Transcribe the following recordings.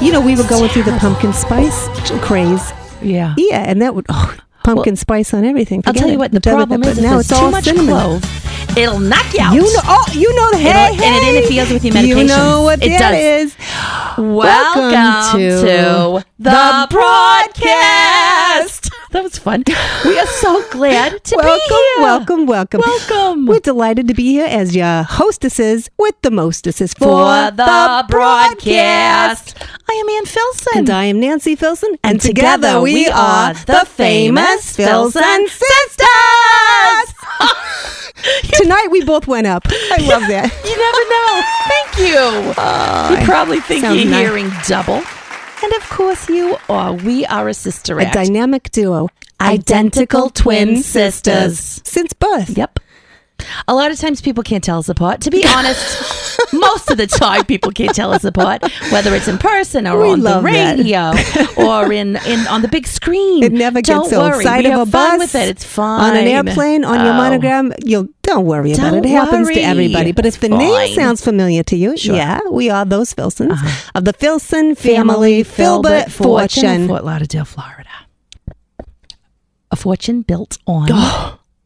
you know, we were going through the pumpkin spice craze. Yeah. Yeah, and that would oh, pumpkin Well, spice on everything. I'll Forget tell you it. what, the Done with problem that, is but if now there's it's all too much cinnamon. clove, it'll knock you out. You know, oh, you know the hey, It'll- and it hey. interferes with your You know medications. what It that does. is. Welcome, Welcome to, to the the broadcast. That was fun. We are so glad to be here. Welcome, welcome, Welcome. We're delighted to be here as your hostesses with the mostesses for, for the broadcast. I am Ann Filson. And I am Nancy Filson, and, And together we are the famous Filson Sisters. Tonight we both went up. I love that. you never know. Thank you. you probably think sounds you're nice. hearing double. And of course, you are. We are a sister A act. dynamic duo, Identical twin sisters. since birth. Yep. A lot of times people can't tell us apart. To be honest, most of the time people can't tell us apart, whether it's in person or We on the love that. radio or in, in on the big screen. It never Don't gets worry. old. Side we of have a fun bus, with it. It's fine on an airplane, on your Oh. monogram. You'll don't worry about Don't it. It happens worry. to everybody. But if the Fine. Uh-huh. name sounds familiar to you, yeah, we are those Filsons of the Filson family, Filbert of fortune. Fort Lauderdale, Florida. A fortune built on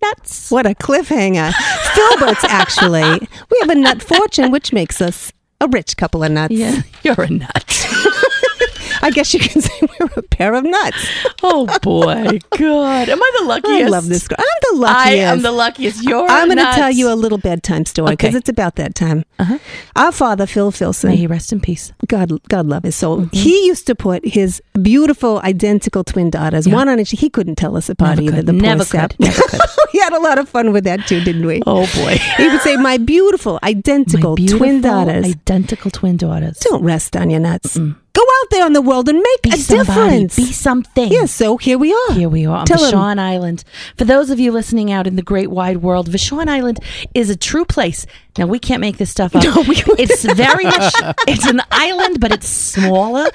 nuts. What a cliffhanger! Filberts, actually, we have a nut fortune, which makes us a rich couple of nuts. Yeah, you're a nut. I guess you can say we're a pair of nuts. oh boy, God, am I the luckiest? I love this. girl. I'm the I luckiest. am the luckiest. You're. I'm going to nuts. tell you a little bedtime story because Okay. Uh-huh. it's about that time. Our father, Phil Filson, May he Mm-hmm. rest in peace. God, God love his soul. He used to put his beautiful, identical twin daughters, one on each. He couldn't tell us apart Never either. could. The Never poor sap. could. Never could. we had a lot of fun with that too, didn't we? Oh boy. He would say, "My beautiful, identical My beautiful, twin daughters, Identical twin daughters. don't rest on your nuts. Go out there in the world and make Be a somebody. difference." Be something. yeah, so here we are. Here we are on Tell 'em. Vashon Island. For those of you listening out in the great wide world, Vashon Island is a true place. Now we can't make this stuff up. No, we- it's very much it's an island, but it's smaller.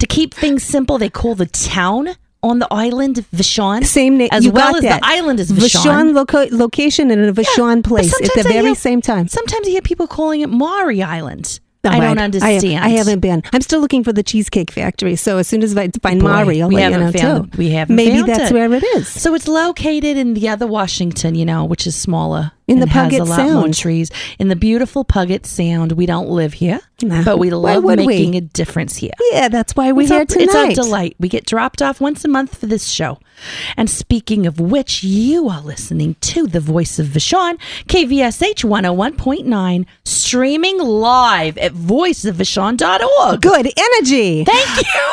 To keep things simple, they call the town on the island Vashon. Same name as you well got as that. the island is Vashon loco- location and a Vashon But place at the sometimes I very hear- same time. Sometimes I hear people calling it Maury Island. All I right. don't understand. I, have, I haven't been. I'm still looking for the Cheesecake Factory. So as soon as I find Boy, Mari, I'll we let you know haven't too. found it. We haven't Maybe found that's it. where it is. So it's located in the other Washington, you know, which is smaller. In the and has a Puget lot More Sound. trees. In the beautiful Puget Sound. We don't live here, No. but we Why love would we? making a difference here. Yeah, that's why we're It's here our, tonight. it's our delight. We get dropped off once a month for this show. And speaking of which, you are listening to the voice of Vashon, KVSH 101.9, streaming live at voiceofvashon.org. Good Ah. energy. Thank you.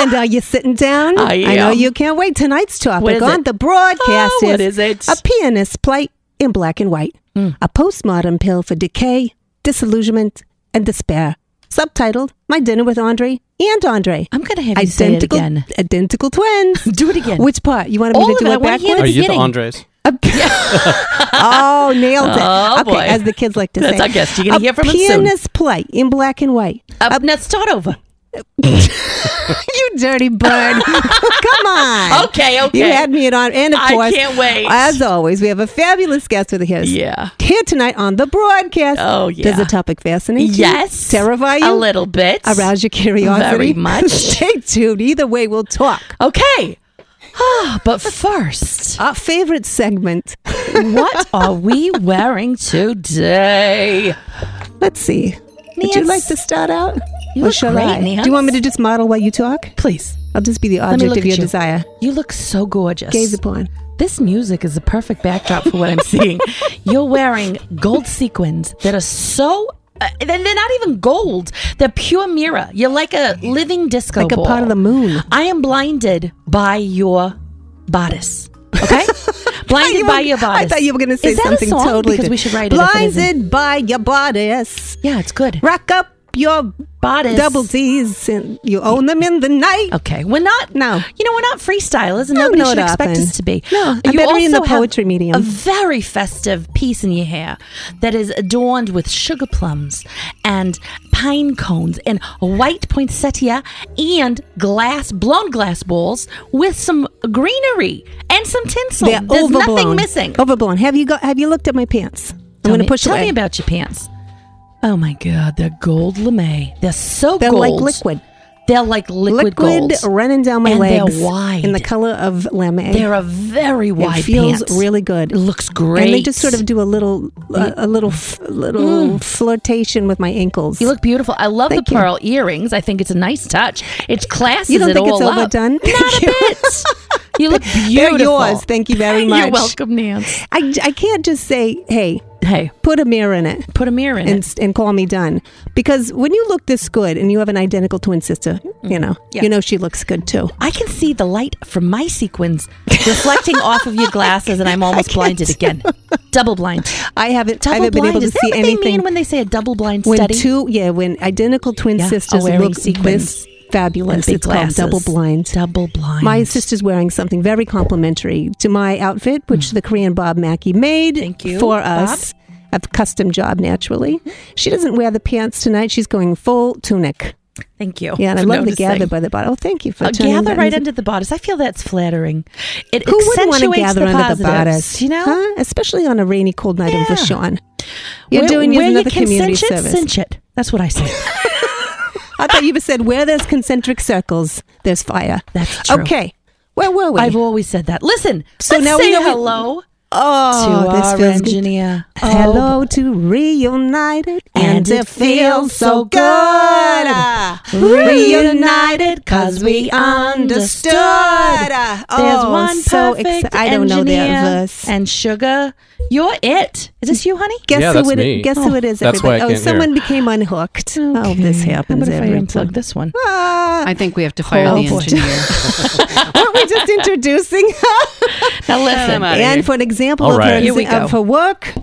and are you sitting down? I know am. you can't wait. Tonight's topic What is on it? the broadcast Oh, what is it? Mm. A pianist's plight in black and white. A postmodern pill for decay, disillusionment, and despair. Subtitled My Dinner with Andre and Andre. I'm going to have you say it again. identical twins. Do it again. Which part? You wanted me All to of do it. it, I wanna backwards? hear Are you the beginning. Andres? A p- oh, nailed it. Oh, okay, boy. as the kids like to That's say. our guest. You're gonna A hear from him soon. pianist's plight in black and white. Uh, now start over. you dirty bird. Come on. Okay, okay. You had me at on. And of I course, can't wait. As always, we have a fabulous guest with us. Yeah. Here tonight on the broadcast. Oh, yeah. Does the topic fascinate you? Yes. Terrify you? A little bit. Arouse your curiosity? Very much. Stay tuned. Either way, we'll talk. Okay. Ah, but first, Our favorite segment. what are we wearing today? Let's see. Would you Nance. like to start out? You Or look shall great, I? Nance. Do you want me to just model while you talk? Please. I'll just be the Let me object look of at your you. oh, desire. You look so gorgeous. Gaze upon. This music is the perfect backdrop for what I'm seeing. You're wearing gold sequins that are so. Uh, they're they're not even gold. They're pure mirror. You're like a living disco Like a ball. part of the moon. I am blinded by your bodice. Okay, blinded You were- by your bodice. I thought you were going to say Is that something a song? totally different. because we should write it. if it isn't. Blinded by your bodice. yeah, it's good. Rock up your Bodice. double D's and you own them in the night. Okay, we're not. No. you know we're not freestylers, and No, nobody not should expect often. us to be. No, I'm you better in also the have poetry medium. A very festive piece in your hair that is adorned with sugar plums and pine cones and white poinsettia and glass blown glass balls with some greenery and some tinsel. They're There's overblown. nothing missing. Overblown. Have you got? Have you looked at my pants? I'm Tell going to me- push Tell away. me about your pants. Oh my god, they're gold lame. They're so They're gold. like liquid. They're like liquid, Liquid gold. running down my And they're legs wide. in the color of lame. They're a very wide it feels pants. really good. It looks great. Mm. And they just sort of do a little, a, a little, f- little flirtation with my ankles. You look beautiful. I love Thank the you. pearl earrings. I think it's a nice touch. It's classy. You don't think it it's all up. overdone? Not a bit. You look They're beautiful. yours. Thank you very much. You're welcome, Nance. I, I can't just say, hey, Hey, put a mirror in it put a mirror in and, it. s- and call me done. Because when you look this good and you have an identical twin sister, you know, Mm. Yeah. you know she looks good too. I can see the light from my sequins reflecting off of your glasses, and I'm almost blinded again. Double blind. I haven't, I Double haven't blind. been able to Is that see what anything. they mean when they say a double blind when study? two, yeah, when identical twin Yeah, are sisters wearing look sequins this fabulous, big it's called double glasses. blind. double blind. My sister's wearing something very complimentary to my outfit, which the Korean Bob Mackey made Mm. Thank you, for Bob. us. A custom job, naturally. She doesn't wear the pants tonight. She's going full tunic. Thank you. Yeah, and I for love the noticing. gather by the bottom. Oh, thank you for A turning gather that right into- under the bodice. I feel that's flattering. It Who wouldn't want to accentuates gather the under the positives, bodice? You know, Huh? especially on a rainy, cold night in Yeah. Vashon. You're Where- doing yet where you another can community cinch it, service. cinch it. That's what I say. I thought you said where there's concentric circles, there's fire. That's true. Okay, where were we? I've always said that. Listen, So so now now we say know we- hello oh, to this our feels good. engineer. Oh. Hello to reunited, and it feels so good. Ah, Reunited, cause we understood. Ah, Oh, There's oh, one so perfect exci- I don't know engineer that verse. And sugar, you're it. Is this you, honey? Guess Yeah, who that's it, me. Guess who it is? That's why I everybody. oh, can't hear. someone became unhooked. Oh, this Okay. happens How about if I every unplug time. this one? Ah, I think we have to fire Oh, the boy. engineer. weren't we just introducing her? Now listen, I'm outta and here. for an example All of, her, right. Here we of go. her work.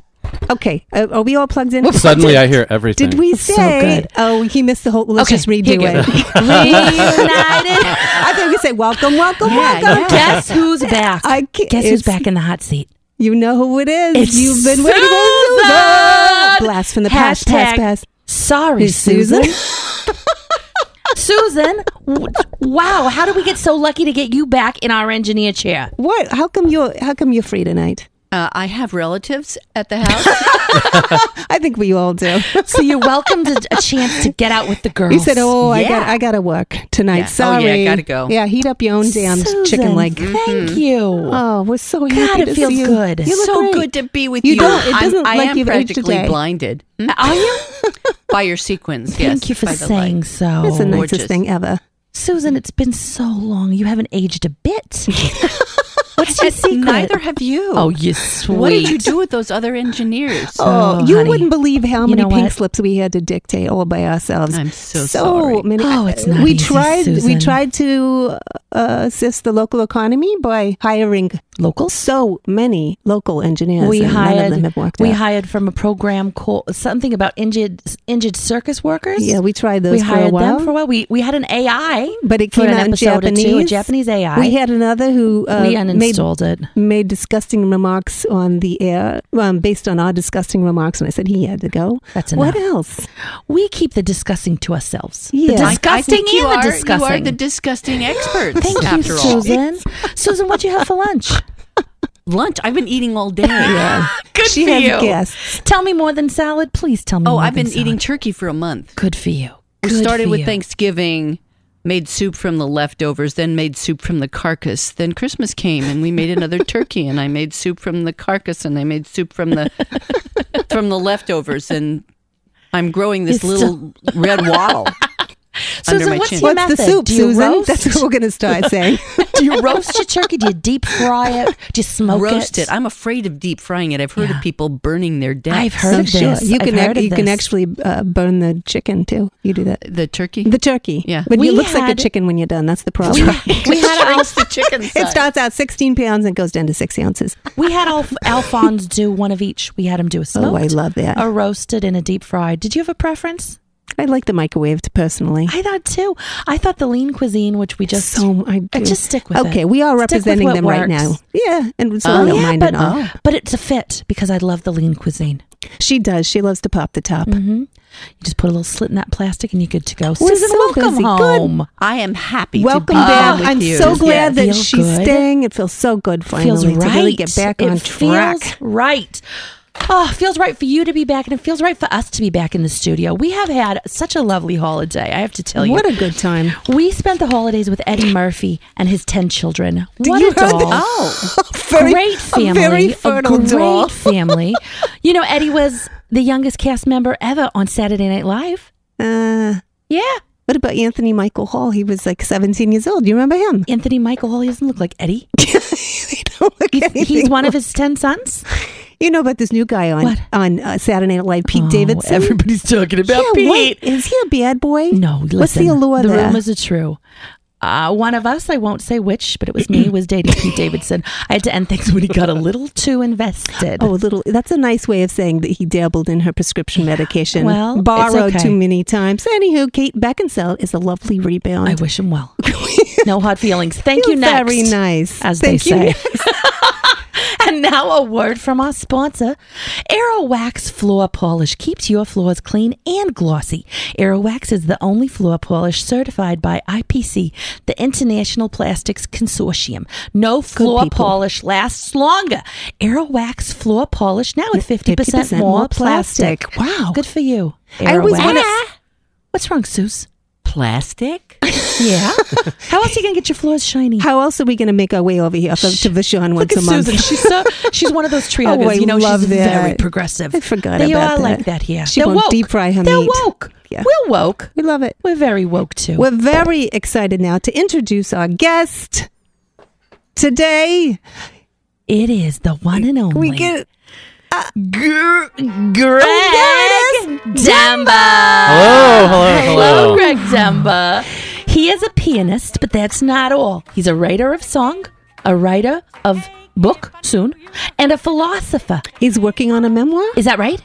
Okay, uh, are we all plugged in? Suddenly, I hear everything. Did we That's so say? good. oh, he missed the whole. Let's Okay, just here redo you go. it. reunited. I think we said welcome, welcome, Yeah, welcome. Guess who's back? I can't- Guess who's it's- back in the hot seat? You know who it is. It's You've been waiting for Susan! Susan. Blast from the past, past, Hashtag past. Sorry, Is Susan? Susan. Susan, w- wow, how do we get so lucky to get you back in our engineer chair? What? How come you're? How come you're free tonight? Uh, I have relatives at the house. I think we all do. So you're welcome to a chance to get out with the girls. You said, "Oh, I Yeah. got, I got to work tonight. Yeah. Oh, Sorry, yeah, gotta go. Mm. Yeah, heat up your own damn Susan, chicken leg." Mm-hmm. Thank you. Oh, we're so happy God, it to feels see you. good. You look so great. good to be with You you. don't- it I'm- doesn't I like am you've aged practically today. blinded Are you? by your sequins. yes, Hmm? Thank you for by the saying light. so. That's the nicest gorgeous. thing ever. Susan, it's been so long. You haven't aged a bit. What's your secret? Neither have you. Oh, you sweet. what did you do with those other engineers? Oh, you honey. wouldn't believe how You many know pink what? slips we had to dictate all by ourselves. I'm so sorry. Many, uh, Oh, it's not we easy, tried. We Susan. tried to uh, assist the local economy by hiring Locals? so many local engineers. we and hired none of them have worked. we out. hired from a program called something about injured injured circus workers. yeah, we tried we those for a hired while, them for a while. We we had an AI, but it for came an out in episode or two, a Japanese. Japanese AI. We had another who uh, we made uninstalled it. made disgusting remarks on the air um, based on our disgusting remarks, and I said he had to go. That's what enough. else? We keep the disgusting to ourselves. Yeah. The I- I disgusting I think and you are, the You are disgusting. the disgusting experts. Thank you, after all, Susan. Susan, what'd you have for lunch? lunch. I've been eating all day. Good she for had you. guests. Tell me more than salad, please. Tell me. Oh, more I've than been eating salad. turkey for a month. Good for you. We Good started for with you. Thanksgiving, made soup from the leftovers, then made soup from the carcass. Then Christmas came and we made another turkey and I made soup from the carcass and I made soup from the from the leftovers and I'm growing this It's little red wattle. under Susan, my what's chin. your What's the method? soup, Do you Susan? roast? That's what we're going to start saying. Do you roast your turkey? Do you deep fry it? Do you smoke Roast it? it. I'm afraid of deep frying it. I've heard Yeah. of people burning their dead. I've heard I'm of this. You I've can heard of you can this. actually uh, burn the chicken too. You do that. the turkey. The turkey. Yeah. But We it looks like had- a chicken when you're done. That's the problem. We, we had our the chicken. it starts out 16 pounds and goes down to six ounces. we had Alf- Alphonse do one of each. We had him do a smoked, Oh, I love that. a roasted, and a deep fried. Did you have a preference? I like the microwaved personally. I thought too. I thought the lean cuisine, which we just so I do. just stick with it. Okay, we are Stick with representing what them right works. now. Yeah, and so Oh, I don't yeah, mind at but all. but it's a fit because I love the lean cuisine. She does. She loves to pop the top. You just put a little slit in that plastic, and you're good to go. We're Susan, so welcome busy. Good. home. I am happy. Welcome to be back. with I'm you. so glad that Feels she's good. staying. It feels so good finally feels right. to really get back it on track. Feels right. Oh, it feels right for you to be back, and it feels right for us to be back in the studio. We have had such a lovely holiday. I have to tell you, What a good time. we spent the holidays with Eddie Murphy and his ten children. what you a heard doll! that? Oh, Very- great family, A very fertile great doll. family. You know, Eddie was the youngest cast member ever on Saturday Night Live. Uh, Yeah, what about Anthony Michael Hall? He was like 17 years old. Do you remember him? Anthony Michael Hall. He doesn't look like Eddie. They don't look He's anything one of his ten sons. You know about this new guy on What? on uh, Saturday Night Live, Pete Oh, Davidson. everybody's talking about yeah, Pete. What? Is he a bad boy? No, listen. What's the allure there? rumors are true. Uh, one of us, I won't say which, but it was me, was dating Pete Davidson. I had to end things when he got a little too invested. Oh, a little. That's a nice way of saying that he dabbled in her prescription medication. Well, it's borrowed okay. too many times. Anywho, Kate Beckinsale is a lovely rebound. I wish him well. No hard feelings. Thank You're you, next. Very nice. As Thank they you, say. next. And now a word from our sponsor. AeroWax Floor Polish keeps your floors clean and glossy. AeroWax is the only floor polish certified by IPC, the International Plastics Consortium. No floor people. polish lasts longer. AeroWax Floor Polish now with 50%, 50% more more plastic. plastic. Wow. Good for you. I always AeroWax. wanna- What's wrong, Seuss? Plastic? Yeah. How else are you going to get your floors shiny? How else are we going to make our way over here from, to Vashon once Look at a month? Susan. She's so she's one of those tree Oh, huggers. I you know, love she's that. very progressive. I forgot they about are that. like that here. She They're won't woke. deep fry her They're meat. woke. Yeah. We're woke. we love it. We're very woke too. We're very excited now to introduce our guest today. It is the one and only. We get Gr- Oh, Greg there it is. Demba. Hello, hello, Hello, hello. Greg Demba. He is a pianist, but that's not all. He's a writer of song, a writer of book soon, and a philosopher. he's working on a memoir. Is that right?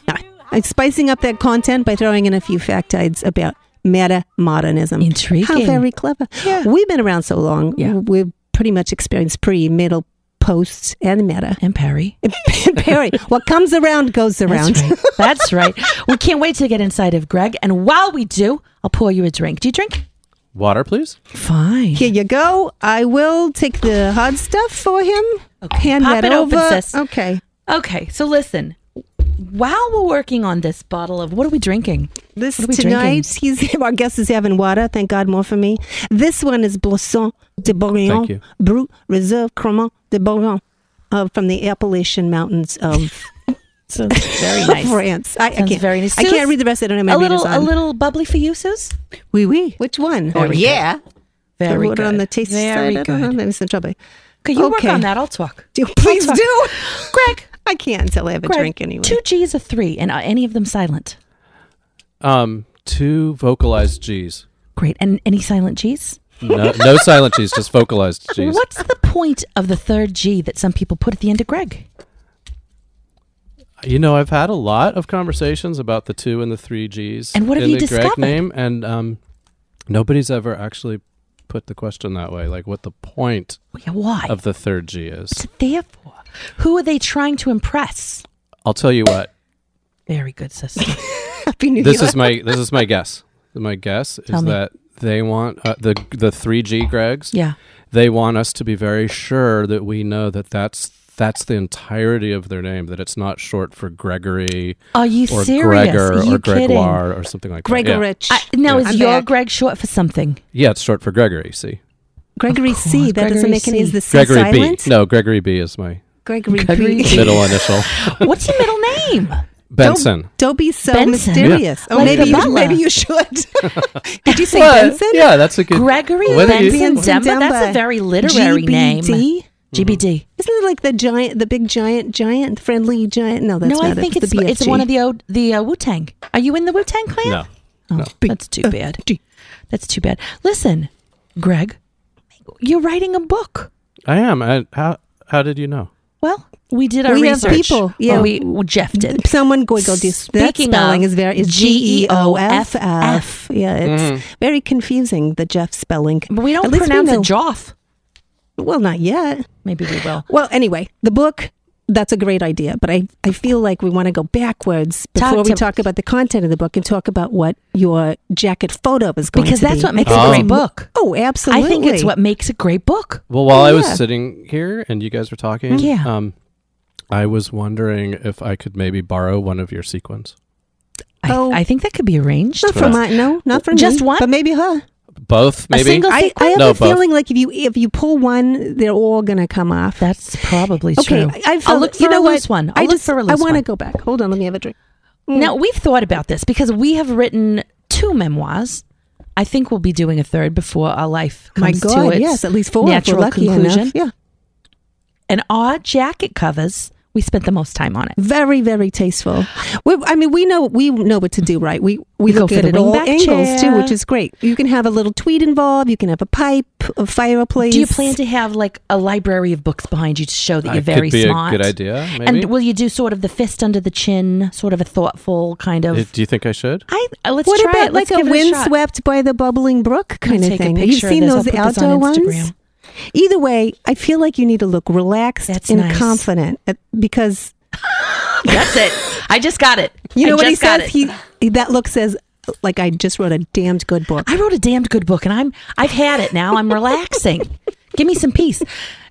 I'm spicing up that content by throwing in a few factoids about meta modernism. Intriguing. How very clever. Yeah. We've been around so long. Yeah. We've pretty much experienced pre, middle, post, and meta. And Perry. Perry, what comes around goes around. That's right. That's right. We can't wait to get inside of Greg. And while we do, I'll pour you a drink. Do you drink? Water, please. Fine. Here you go. I will take the hard stuff for him. Okay, Hand pop that it over. open, sis. Okay. Okay. So listen, while we're working on this bottle of what are we drinking? This What are we tonight, he's our guest is having water. Thank God, more for me. This one is Blosson de Thank Bourgogne, you. Brut Reserve Cremant de Bourgogne, uh, from the Appalachian Mountains of Sounds very nice. France. I, I Sounds can't. very nice. I Suze, can't read the rest. I don't have my a readers little, a on. little bubbly for you, Suze. Wee wee. Which one? Oh, yeah. The Very water good. on the taste very side. I don't know. good. Maybe it's in trouble. Could you Okay. work on that? I'll talk. Do, please talk. do. Greg, I can't until I have a Greg, drink anyway. Two G's or three, and are any of them silent? Um, two vocalized G's. Great. And any silent G's? No, no silent G's, just vocalized G's. What's the point of the third G that some people put at the end of Greg? You know, I've had a lot of conversations about the two and the three G's And what have in you the discovered? Greg name, and um, nobody's ever actually put the question that way, like what the point Yeah, Why? of the third G is. Therefore, who are they trying to impress? I'll tell you what. Very good, sis. Happy New This Year. is my this is my guess. My guess Tell is me. that they want uh, the the three G Gregs. yeah. they want us to be very sure that we know that that's that's the entirety of their name that it's not short for gregory Are you or serious? gregor are you or kidding? gregoire or something like that Gregorich. I, now, I'm is your back. Greg short for something? yeah. yeah it's short for gregory see Gregory Of C. course, That doesn't Gregory make any. C. Is the C gregory silent? b no gregory b is my Gregory, Gregory B. B. middle initial What's your middle name? benson Don't, don't be so Benson? mysterious. Oh, Like maybe the you, butler. maybe you should. Did you say Well, Benson? yeah that's a good Gregory What do you- Benson Benson Demba. That's a Demba. very literary name. GBD? Mm-hmm. GBD. Isn't it like the giant, the big giant, giant, friendly giant? No, that's no, not I it. think It's it's the it's BFG. one of the old, the uh, Wu Tang. Are you in the Wu Tang clan? no Oh, No. That's too bad. That's too bad. Listen, Greg, you're writing a book. i am I, how how did you know Well, we did our We have research. people, yeah. Well, we well, Jeff did. Someone giggled. That Speaking spelling of is very is G E O F F. G-E-O-F-F. Yeah, it's Mm-hmm. very confusing the Jeff spelling. But we don't At least pronounce we it know- Joff. Well, not yet. Maybe we will. Well, anyway, the book. That's a great idea, but I, I feel like we want to go backwards Talk before we to- talk about the content of the book and talk about what your jacket photo is going Because to that's be. what makes I a think great it's- book. Oh, absolutely. I think it's what makes a great book. well while i was Yeah. sitting here and you guys were talking Yeah. um I was wondering if I could maybe borrow one of your sequins. I, Oh. I think that could be arranged. Not for my no, not for me. Just one? but maybe her. Both, maybe. single- I, I have No, a both. feeling like if you if you pull one, they're all gonna come off. That's probably okay, true. I, I will felt- look for you know a what? loose one. I'll I look just for a loose I want to one. go back. Hold on, let me have a drink. Now we've thought about this because we have written two memoirs. I think we'll be doing a third before our life Oh My comes God, to its yes, at least four. if we're natural lucky conclusion. enough. Yeah, And our jacket covers, we spent the most time on it. very very tasteful. We, I mean, we know we know what to do, right? We we You go look for at the it all wingback angles too, chair. which is great. You can have a little tweed involved. You can have a pipe, a fireplace. Do you plan to have like a library of books behind you to show that I you're very could be smart? a good idea, maybe. And will you do sort of the fist under the chin, sort of a thoughtful kind of? Uh, Do you think I should? I uh, let's What try about it. like Let's a give it shot. windswept by the bubbling brook I'll kind of take a thing? picture You've of seen this. I'll those put this on outdoor ones? Instagram. Either way, I feel like you need to look relaxed That's and nice. confident uh, because That's it. I just got it. you I know what he just got says. it. He, he- that look says like I just wrote a damned good book. I wrote a damned good book, and I'm I've had it now. I'm relaxing. Give me some peace.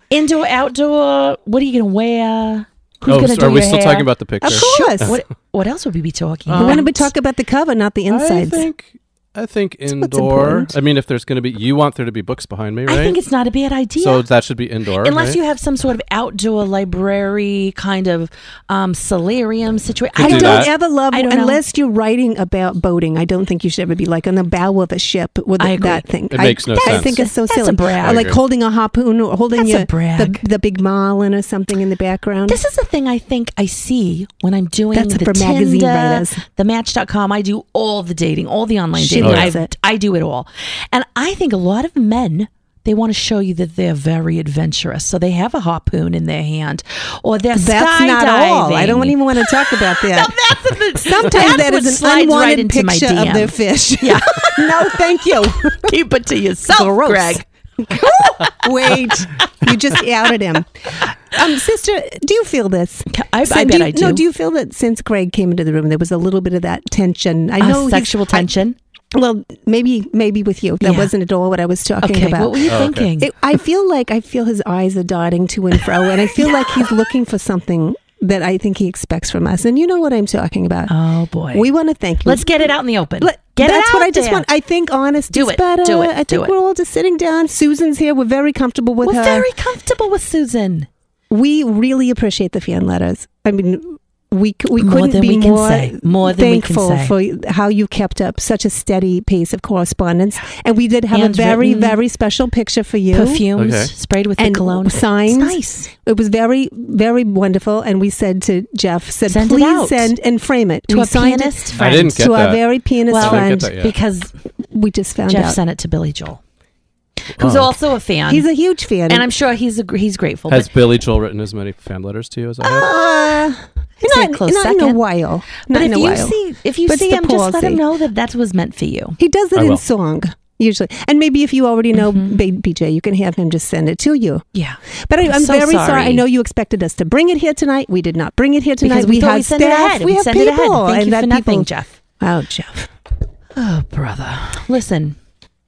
Indoor, outdoor. What are you gonna wear? Who's Oh, gonna so do are we your still hair? talking about the picture? Of course. What What else would we be talking? I about? want to talk about the cover, not the I insides. think I think what's indoor. important. I mean, if there's going to be, you want there to be books behind me, right? I think it's not a bad idea. so that should be indoor, Unless right? you have some sort of outdoor library kind of um, solarium situation. I do don't that. ever love I don't know. unless you're writing about boating. I don't think you should ever be like on the bow of a ship with I agree. that thing. It I- makes no that I sense. think it's so That's a silly. brag. Or I like agree. holding a harpoon or holding That's a your, brag. The, the big marlin or something in the background. This is a thing I think I see when I'm doing That's the for Tinder, magazine writers. the Match.com. I do all the dating, all the online She dating. loves I, it. I do it all, and I think a lot of men they want to show you that they're very adventurous, so they have a harpoon in their hand, or they're That's skydiving. not all. I don't even want to talk about that. No, that's a bit- Sometimes that's that what is an slides right unwanted into my picture DM. of their fish. Yeah. no, thank you. Keep it to yourself, Gross. Greg. Wait, you just outed him. Um, sister, do you feel this? Ca- I- So I bet you, I do. No, do you feel that since Greg came into the room, there was a little bit of that tension? I Uh, know he- sexual I- tension. well, maybe, maybe with you, that Yeah. wasn't at all what I was talking okay, about. what were you Oh, okay. thinking? It, I feel like I feel his eyes are darting to and fro, and I feel like he's looking for something that I think he expects from us. And you know what I'm talking about. oh boy, we want to thank you. let's get it out in the open. Let- get that's it out what I just there. want. I think honesty Do is it. better. Do it. I think Do it. we're all just sitting down. Susan's here. We're very comfortable with We're her. very comfortable with Susan. we really appreciate the fan letters. I mean, we c- we More couldn't than be we can more say. More than we can thankful say. for how you kept up such a steady pace of correspondence. And we did have a very Handwritten. very special picture for you. Perfumes Okay. sprayed with And the cologne. signs. It's nice. It was very very wonderful. And we said to Jeff, said Send it please out. send and frame it To we a signed it pianist I friend. didn't get to that. our very pianist Well- I friend. didn't get that yet. because We just found Jeff out sent it to Billy Joel, who's Oh. also a fan. he's a huge fan. and I'm sure he's a, he's grateful. Has But Billy Joel written as many fan letters to you as I have? Uh, It's not, a close not in a second. while. but Not if in a you while. see if you But it's see the him, just let him palsy. know that that was meant for you. he does it I in will. song usually, and maybe if you already know B BJ, you can have him just send it to you. Yeah, But I, Mm-hmm. I'm I'm so very sorry. sorry. I know you expected us to bring it here tonight. We did not bring it here tonight. because we, thought had we sent staff. it ahead. We, have sent people, it ahead. Thank and you that for nothing, people- Jeff. Oh, Jeff. Oh, brother. Listen,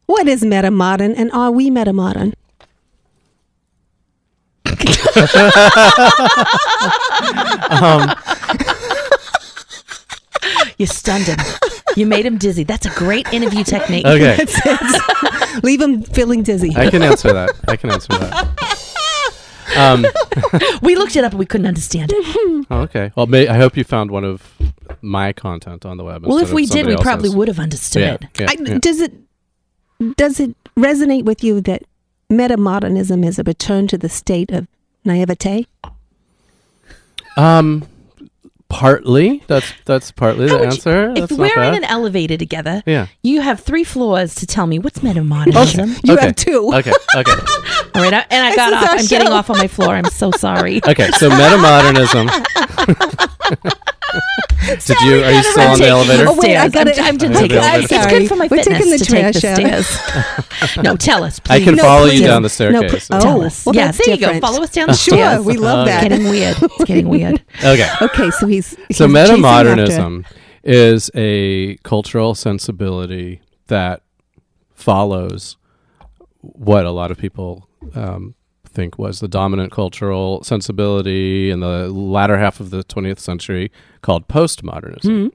What is meta modern, and are we meta modern? you stunned him. you made him dizzy. That's a great interview technique. Okay, Leave him feeling dizzy. I can answer that. I can answer that. Um, We looked it up and we couldn't understand it. oh, okay. Well, may, I hope you found one of my content on the web. Well, instead if we did, of somebody we else's. probably would have understood Yeah, it. yeah, I, yeah. Does it does it resonate with you that meta modernism is a return to the state of naivete? Um, partly. That's that's partly How the would you- answer. if that's we're not bad. in an elevator together, Yeah. you have three floors to tell me what's metamodernism. You Okay. have two. Okay. Okay. All right, I- and I This got is off. our I'm getting show. off on my floor. I'm so sorry. Okay. So metamodernism. Did you? Are you still on the taking elevator? the Oh, wait, I stairs. got I'm- it. I'm just I'm taking. sorry. It's good for my We're fitness taking the to take the trash out. stairs. no, tell us. Please. I can No, follow you please. down the staircase. No, Uh, oh, Tell us. well, yeah, that's there you different. go. Follow us down the Sure, stairs. we love It's that. getting weird. It's getting weird. Okay. Okay, so he's, he's So chasing after- metamodernism is a cultural sensibility that follows what a lot of people um, think was the dominant cultural sensibility in the latter half of the 20th century called postmodernism. Hmm, And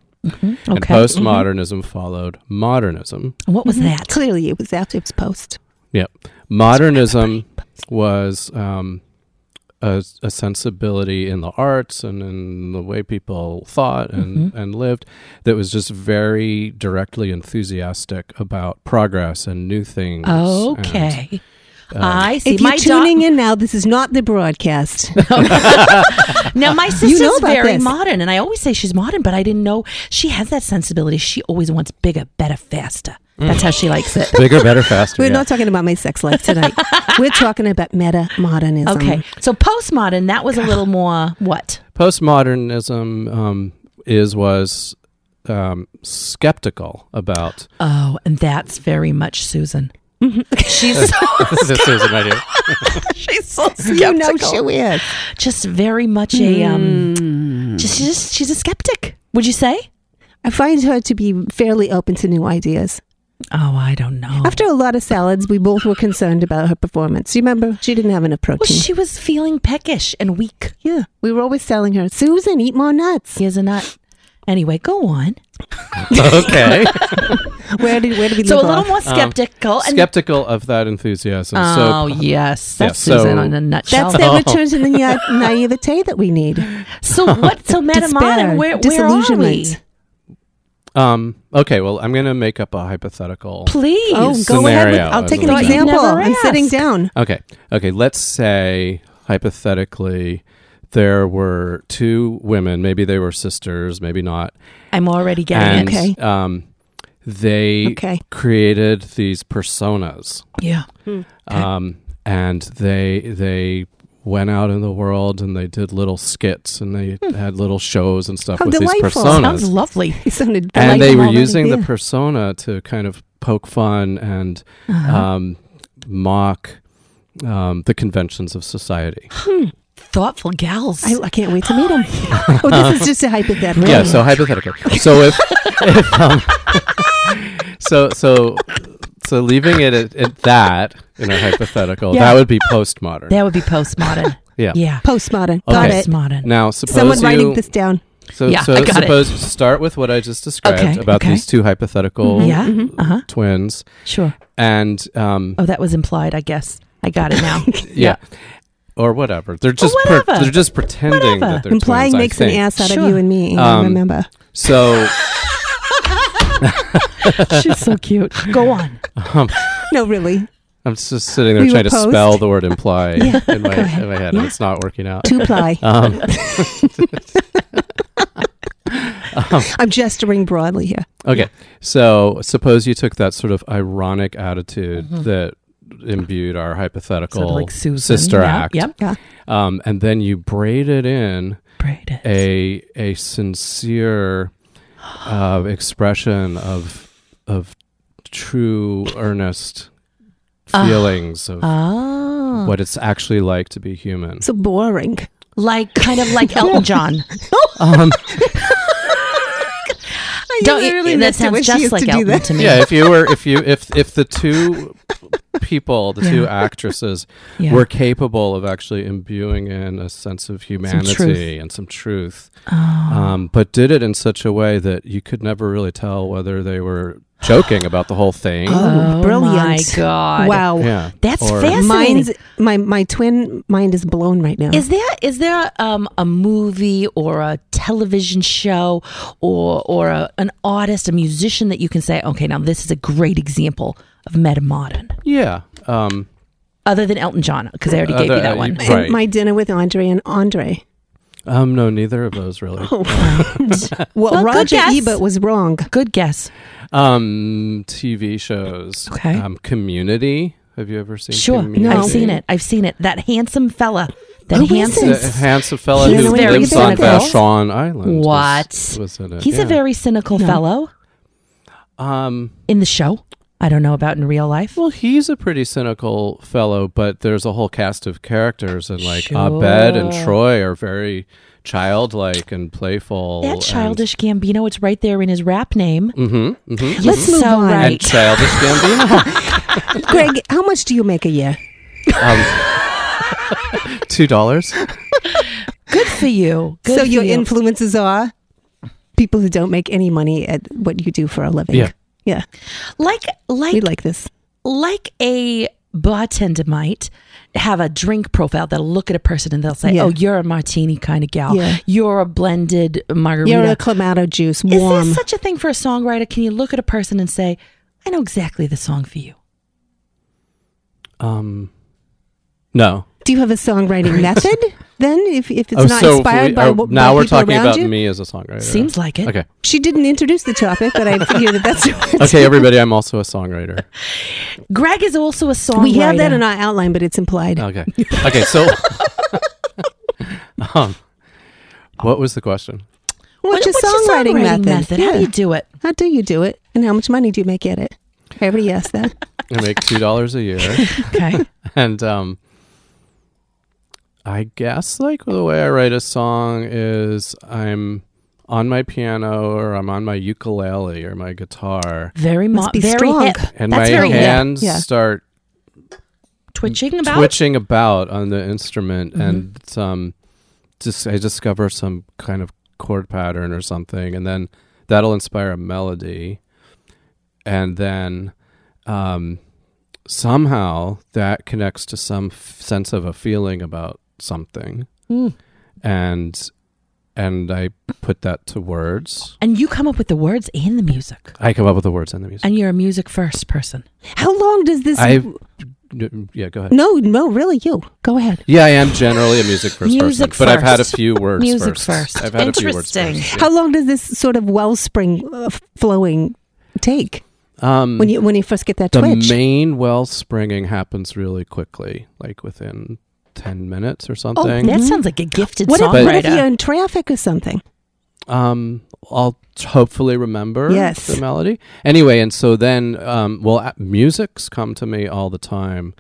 Mm-hmm. Okay. postmodernism followed modernism. What was that? Clearly, it was after it was post. Yep. Modernism was um, a, a sensibility in the arts and in the way people thought Mm-hmm. and, and lived that was just very directly enthusiastic about progress and new things. and- Okay. uh, I see. If you're my da- tuning in now, this is not the broadcast. Now my sister's know about very this. modern, and I always say she's modern, but I didn't know she has that sensibility. She always wants bigger, better, faster. That's how she likes it. Bigger, better, faster. We're yeah. not talking about my sex life tonight. We're talking about meta modernism. Okay, so postmodern that was a little more what? Postmodernism um, is was um, skeptical about Oh, and that's very much Susan. She's this is an idea. she's so You skeptical. know she is. just very much a um. Mm. Just, she's just she's a skeptic. Would you say? I find her to be fairly open to new ideas. Oh, I don't know. After a lot of salads, we both were concerned about her performance. You remember she didn't have enough well, protein. she was feeling peckish and weak. yeah, we were always telling her, Susan, eat more nuts. Here's a nut. Anyway, go on. okay. Where did where did we So a leave little off? more skeptical. and skeptical of that enthusiasm. Oh so yes, Yeah, that's so- Susan on a nutshell. That's that return to the na- naivete that we need. so what? So Madam Despair, Modern, where, where are we? disillusionment. Um, okay, well, I'm going to make up a hypothetical. Please. Oh, go ahead. With, Scenario I'll of take the an night. example. Never I'm sitting asked. down. Okay, okay, let's say hypothetically there were two women, maybe they were sisters, maybe not. I'm already getting and it. Okay. um, they Okay. created these personas. Yeah. Um, and they they went out in the world and they did little skits and they had little shows and stuff Hmm. How with these delightful. personas. Sounds lovely. He sounded and like they him were already. using Yeah. the persona to kind of poke fun and Uh-huh. Uh, um, mock um, the conventions of society. Thoughtful gals. I, I can't wait to meet him. oh, this is just a hypothetical. Yeah, so hypothetical. So if, if um, so so so leaving it at, at that in a hypothetical, Yeah. that would be postmodern. that would be postmodern. Yeah. Yeah. postmodern. Okay. Got it. Postmodern. Now suppose Someone you, writing this down. So, Yeah, so I got it. suppose start with what I just described Okay, about okay. these two hypothetical Yeah. Uh-huh. twins, Sure. and um, Oh, that was implied, I guess. I got it now. yeah. or whatever they're just pre- whatever. they're just pretending Whatever. that they're Implying twins, I makes an think. ass out Sure. of you and me. I Um, remember. So She's so cute. Go on. No, really. I'm just sitting there We trying were to posed. spell the word imply Yeah, in, my, go ahead. in my head, and it's not working out. Two ply. Um, I'm gesturing broadly here. okay, so suppose you took that sort of ironic attitude that imbued our hypothetical Mm-hmm. Sort of like Susan. sister yeah. act, Yep. Yeah. um, and then you braided in Braid it. a a sincere uh, expression of of true earnest Ah. feelings of Oh. what it's actually like to be human. So boring. Like, kind of like Elton John. Um, Don't I you, really that missed it when sounds she used just like to do Elton that. to me. yeah, if you were if you if if the two people, the two actresses Yeah. were capable of actually imbuing in a sense of humanity and some truth. Oh. Um, but did it in such a way that you could never really tell whether they were joking about the whole thing. Oh, brilliant. my God. Wow. Yeah. Oh, That's or, fascinating. Mine's my my twin mind is blown right now. Is there is there um, a movie or a television show or or a, an artist, a musician that you can say, okay, now this is a great example of meta modern, Yeah. Um, other than Elton John, because I already gave you Other- that uh, one. you- And right. my dinner with Andre and Andre. um, no, neither of those really. Oh. Well, Well, good Roger guess. Ebert was wrong. Good guess. Um, TV shows. Okay. Um, Community. Have you ever seen? Sure, Community? No. I've seen it. I've seen it. That handsome fella. That Who is handsome. The handsome fella He's who very lives on cynical. Vashon Island. was- What? Was, in it. He's yeah. a very cynical fellow Um, in the show. I don't know about in real life. well, he's a pretty cynical fellow, but there's a whole cast of characters, and like Sure. Abed and Troy are very childlike Oh, and playful. That childish Gambino. It's right there in his rap name. Mm-hmm. hmm Let's He's move so on. And right. childish Gambino. Greg, how much do you make a year? um, Two dollars. Good for you. Good so for your you. influences are people who don't make any money at what you do for a living. Yeah. Yeah. like We like like this. like a bartender might have a drink profile. They'll look at a person and they'll say, Yeah. "Oh, you're a martini kind of gal. Yeah. You're a blended margarita." You're a clamato juice, Is warm. there such a thing for a songwriter? Can you look at a person and say, "I know exactly the song for you"? Um, no. do you have a songwriting method then? If, if it's oh, not so if inspired we, by oh, what by now we're people talking around about you? me as a songwriter. Seems like it. okay. She didn't introduce the topic, but I figure that that's Okay, everybody. I'm also a songwriter. Greg is also a songwriter. We have that in our outline, but it's implied. Okay. Okay. So, um, what was the question? What's, your, What- songwriting method? How do Yeah. you do it? How do you do it? And how much money do you make at it? Everybody asks that. I make two dollars a year, Okay. and um, I guess like the way I write a song is I'm on my piano or I'm on my ukulele or my guitar, Very Must mo- be very strong. hip. and That's my very hip. hands Yeah. start twitching Mm. about. Mm-hmm. twitching about on the instrument and some just I discover some kind of chord pattern or something and then that'll inspire a melody and then um, somehow that connects to some f- sense of a feeling about something Mm. and and I put that to words And you come up with the words and the music. I come up with the words and the music And you're a music first person. How long does this? I n- yeah go ahead no, no, really, you go ahead. yeah I am generally a music first Music person but I've had a first. few words Music first. first. I've had a few words Interesting. first. yeah. How long does this sort of wellspring uh, f- flowing take Um, Mm. when you when you first get that the twitch? main wellspringing happens really quickly, like within ten minutes Oh, or something. That sounds like a gifted what, if, songwriter. what if you're in traffic or something? um, I'll t- hopefully remember Yes. the melody anyway. And so then, um, well, a- musics come to me all the time,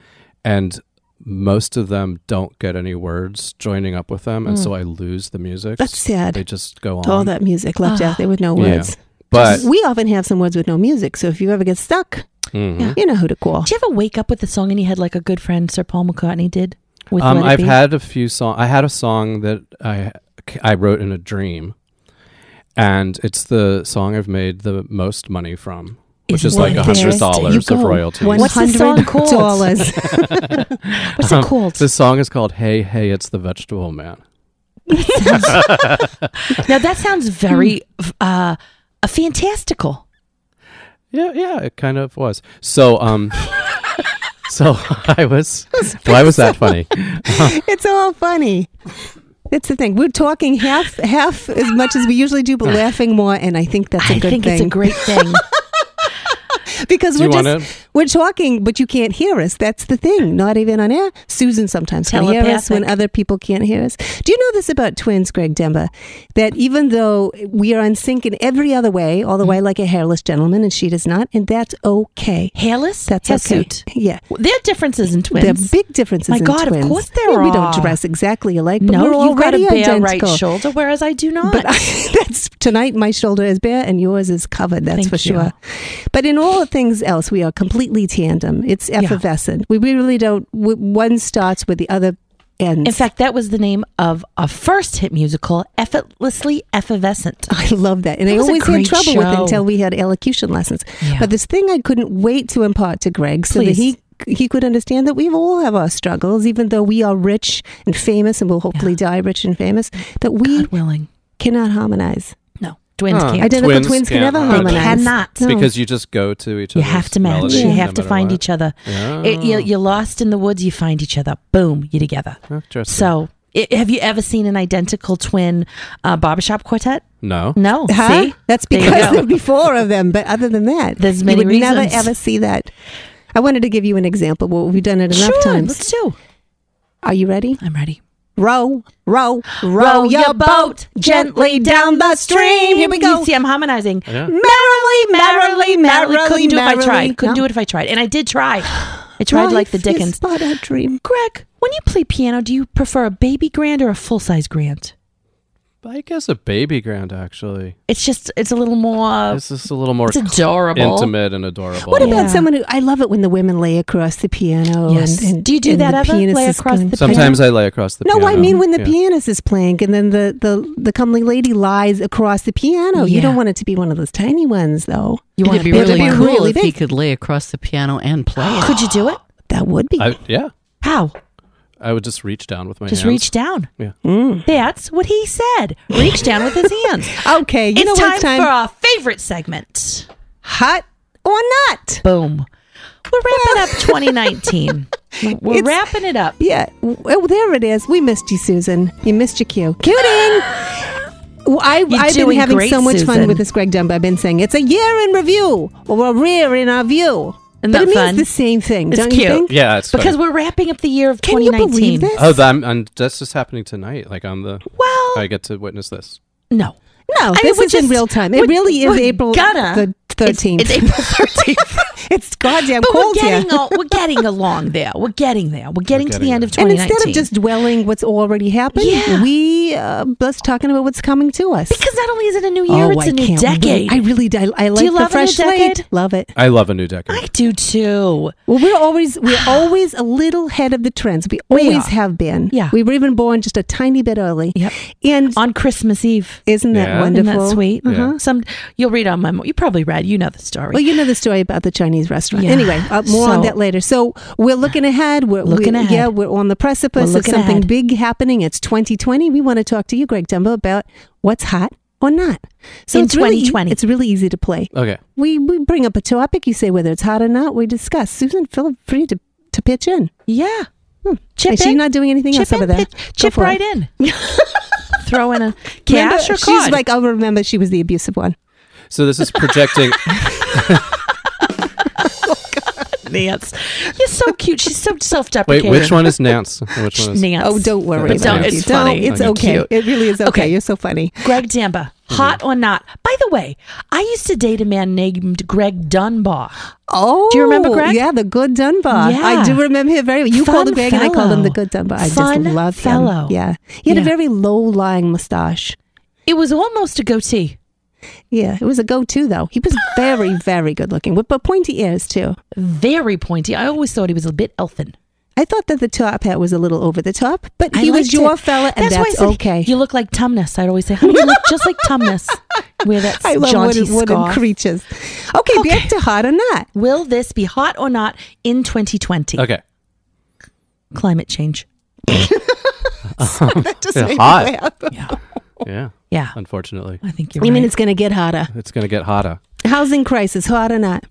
and most of them don't get any words joining up with them, and so I lose the music. Hmm. That's sad. They just go on. All that music left out there with no Yeah. words. but we often have some words with no music, so if you ever get stuck, Mhm. Mm-hmm. you know who to call. Did you ever wake up with a song in your head like a good friend Sir Paul McCartney did? With Um, Let It I've Be? had a few song. I had a song that I I wrote in a dream, and it's the song I've made the most money from, which Is is like it a there? hundred You dollars of go. royalties. One What's the song called? dollars. What's Um, it called? The song is called "Hey Hey, It's the Vegetable Man." now that sounds very Hmm. uh, uh, fantastical. Yeah, yeah, it kind of was. So, um, so I was. Why was that funny? it's all funny. That's the thing. We're talking half half as much as we usually do, but laughing more, and I think that's a Ah. I good think thing. it's a great thing. because Do we're you just wanna- we're talking, but you can't hear us. That's the thing. Not even on air. Susan sometimes can hear us when Telepathic. other people can't hear us. Do you know this about twins, Greg Demba? That even though we are in sync in every other way, all the way like a hairless gentleman, and she does not, and that's okay. Hairless? That's Hirsute. okay. Yeah. There are differences in twins. There are big differences. My in God, of twins. course there yeah, We don't are. dress exactly alike. But no, we're you've got a already bare identical. right shoulder, whereas I do not. But I, that's tonight. My shoulder is bare, and yours is covered. That's Thank for you. sure. But in all things else, we are completely tandem. It's effervescent. We really don't. W- one starts with the other ends. in fact, that was the name of our first hit musical, Effortlessly Effervescent. I love that, and That I was a always had great trouble with it show. until we had elocution lessons. Yeah. But this thing I couldn't wait to impart to Greg, so that Please. he. He could understand that we all have our struggles, even though we are rich and famous and will hopefully die rich and famous, that we God willing. cannot harmonize. No, twins Huh. can't. Identical twins, Twins can can't never harmonize. harmonize. They cannot. No. Because you just go to each other. You have to match. You have to find each other. Yeah. It- you, you're lost in the woods. You find each other. Boom, you're together. Interesting. So, i have you ever seen an identical twin uh, barbershop quartet? no. No. Huh? See, That's There you because go. there'd be four of them. But other than that, There's you many would never reasons. ever see that. I wanted to give you an example. Well, we've done it enough sure, times. Let's do. Are you ready? I'm ready. Row, row, row, your boat gently down the stream. Here we go. You see, I'm harmonizing. Yeah. Merrily, merrily, Merrily, merrily, merrily, couldn't do it if I merrily. tried. Couldn't No. do it if I tried, and I did try. I tried like the Life is Dickens. but a dream. Greg, when you play piano, do you prefer a baby grand or a full size grand? I guess a baby grand actually. It's just it's a little more. It's just a little more It's adorable. intimate and adorable. What Yeah. about someone who I love it when the women lay across the piano? Yes. And, and, Do you do and that the ever? pianist Lay is across going- the piano? Sometimes I lay across the No, piano. I mean when the Yeah. pianist is playing and then the, the, the comely lady lies across the piano. You Yeah. don't want it to be one of those tiny ones, though. you want It'd be it to really be big. cool Really if he big. could lay across the piano and play it. Could you do it? That would be. I, yeah, How? I would just reach down with my Just hands. reach down. Yeah. That's what he said. Reach down with his hands. okay, you it's, know time what? It's time for our favorite segment. hot or not. Boom. We're wrapping up 2019. We're It's- wrapping it up. Yeah, well, there it is. We missed you, Susan. You missed your cue. Cuting! Well, I, You're I've been doing having great, so much Susan. fun with this Greg Dumba. I've been saying it's a year in review or a rear in our view. Isn't but that it fun? means the same thing, It's don't you cute. think? Yeah, it's Because because we're wrapping up the year of Can you believe 2019. this? oh, I'm, I'm, that's just happening tonight. Like on the Well, I get to witness this. no. No, I mean, this we're is in just- real time. It we're- really is we're April gonna- the It's, 13th. it's It's, April 13th. goddamn but we're cold here. getting, al- we're getting along there. We're getting there. We're getting, to the getting end of there. And 2019. instead of just dwelling what's already happened, Yeah. we uh, just talking about what's coming to us. Because not only is it a new year, it's Oh, I a new can't wait. decade. I really do. I, I like you the love a new fresh decade? slate. Love it. I love a new decade. I do too. Well, we're always we're always a little ahead of the trends. We always are. have been. Yeah. we were even born just a tiny bit early. Yep. And On Christmas Eve. isn't that Yeah. wonderful? Isn't that sweet? Yeah. Uh-huh. Some you'll read on my. mo- You probably read. You know the story. Well, you know the story about the Chinese restaurant. Yeah. Anyway, uh, more So- on that later. So we're looking ahead. We're Looking we- ahead. Yeah, we're on the precipice We're of looking something ahead. big happening. It's 2020. We want to talk to you, Greg Dumbo, about what's hot or not. So In it's really e- 2020. it's really easy to play. Okay. We we bring up a topic. You say whether it's hot or not. We discuss. Susan, feel free to to pitch in. yeah. Chip And she's in. Hmm. not doing anything chip else over in, there. pitch- Go chip for it. right in. Throw in a Remember, cash or she's card. like, I'll remember she was the abusive one. So this is projecting. Nance. You're so cute. She's so wait, self-deprecating. which one is Nance? And which one is? Nance. Oh, don't worry. It's- about it's you. funny. Don't. It's Thank okay. you. It really is okay. Okay. You're so funny. Greg Damba, hot or not? By the way, I used to date a man named Greg Dunbar. Oh, Do you remember Greg? Yeah, the good Dunbar. Yeah. I do remember him very well. You Fun called him Greg, and I called him the fellow. good Dunbar. I Fun just love fellow. him. Yeah, he had Yeah. a very low-lying mustache. It was almost a goatee. Yeah, it was a go-to though. He was very, very good-looking, with but pointy ears too. Very pointy. I always thought he was a bit elfin. I thought that the top hat was a little over the top, but I he was liked your it. fella, and that's, why I said, okay. You look like Tumnus. I'd always say, honey, you look just like Tumnus. Wear that I love jaunty wooden, wooden scarf. creatures. Okay, Okay. back to hot or not. Will this be hot or not in 2020? Okay. Climate change. That just Yeah, made me hot. laugh. Yeah. Yeah. Unfortunately, I think I you're mean, right. it's going to get hotter. it's going to get hotter. Housing crisis, hot or not?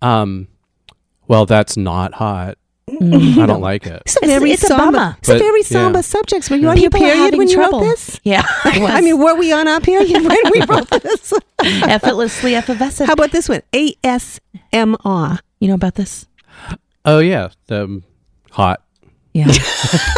Um, well, that's not hot. I don't like it. It's a very it's a somber. bummer. It's a But, very yeah. somber subjects. Were you on People your are period having when trouble. you wrote this? Yeah. I, was. I mean, were we on our period when we wrote this? effortlessly effervescent. How about this one? ASMR. you know about this? Oh yeah, um, hot. Yeah.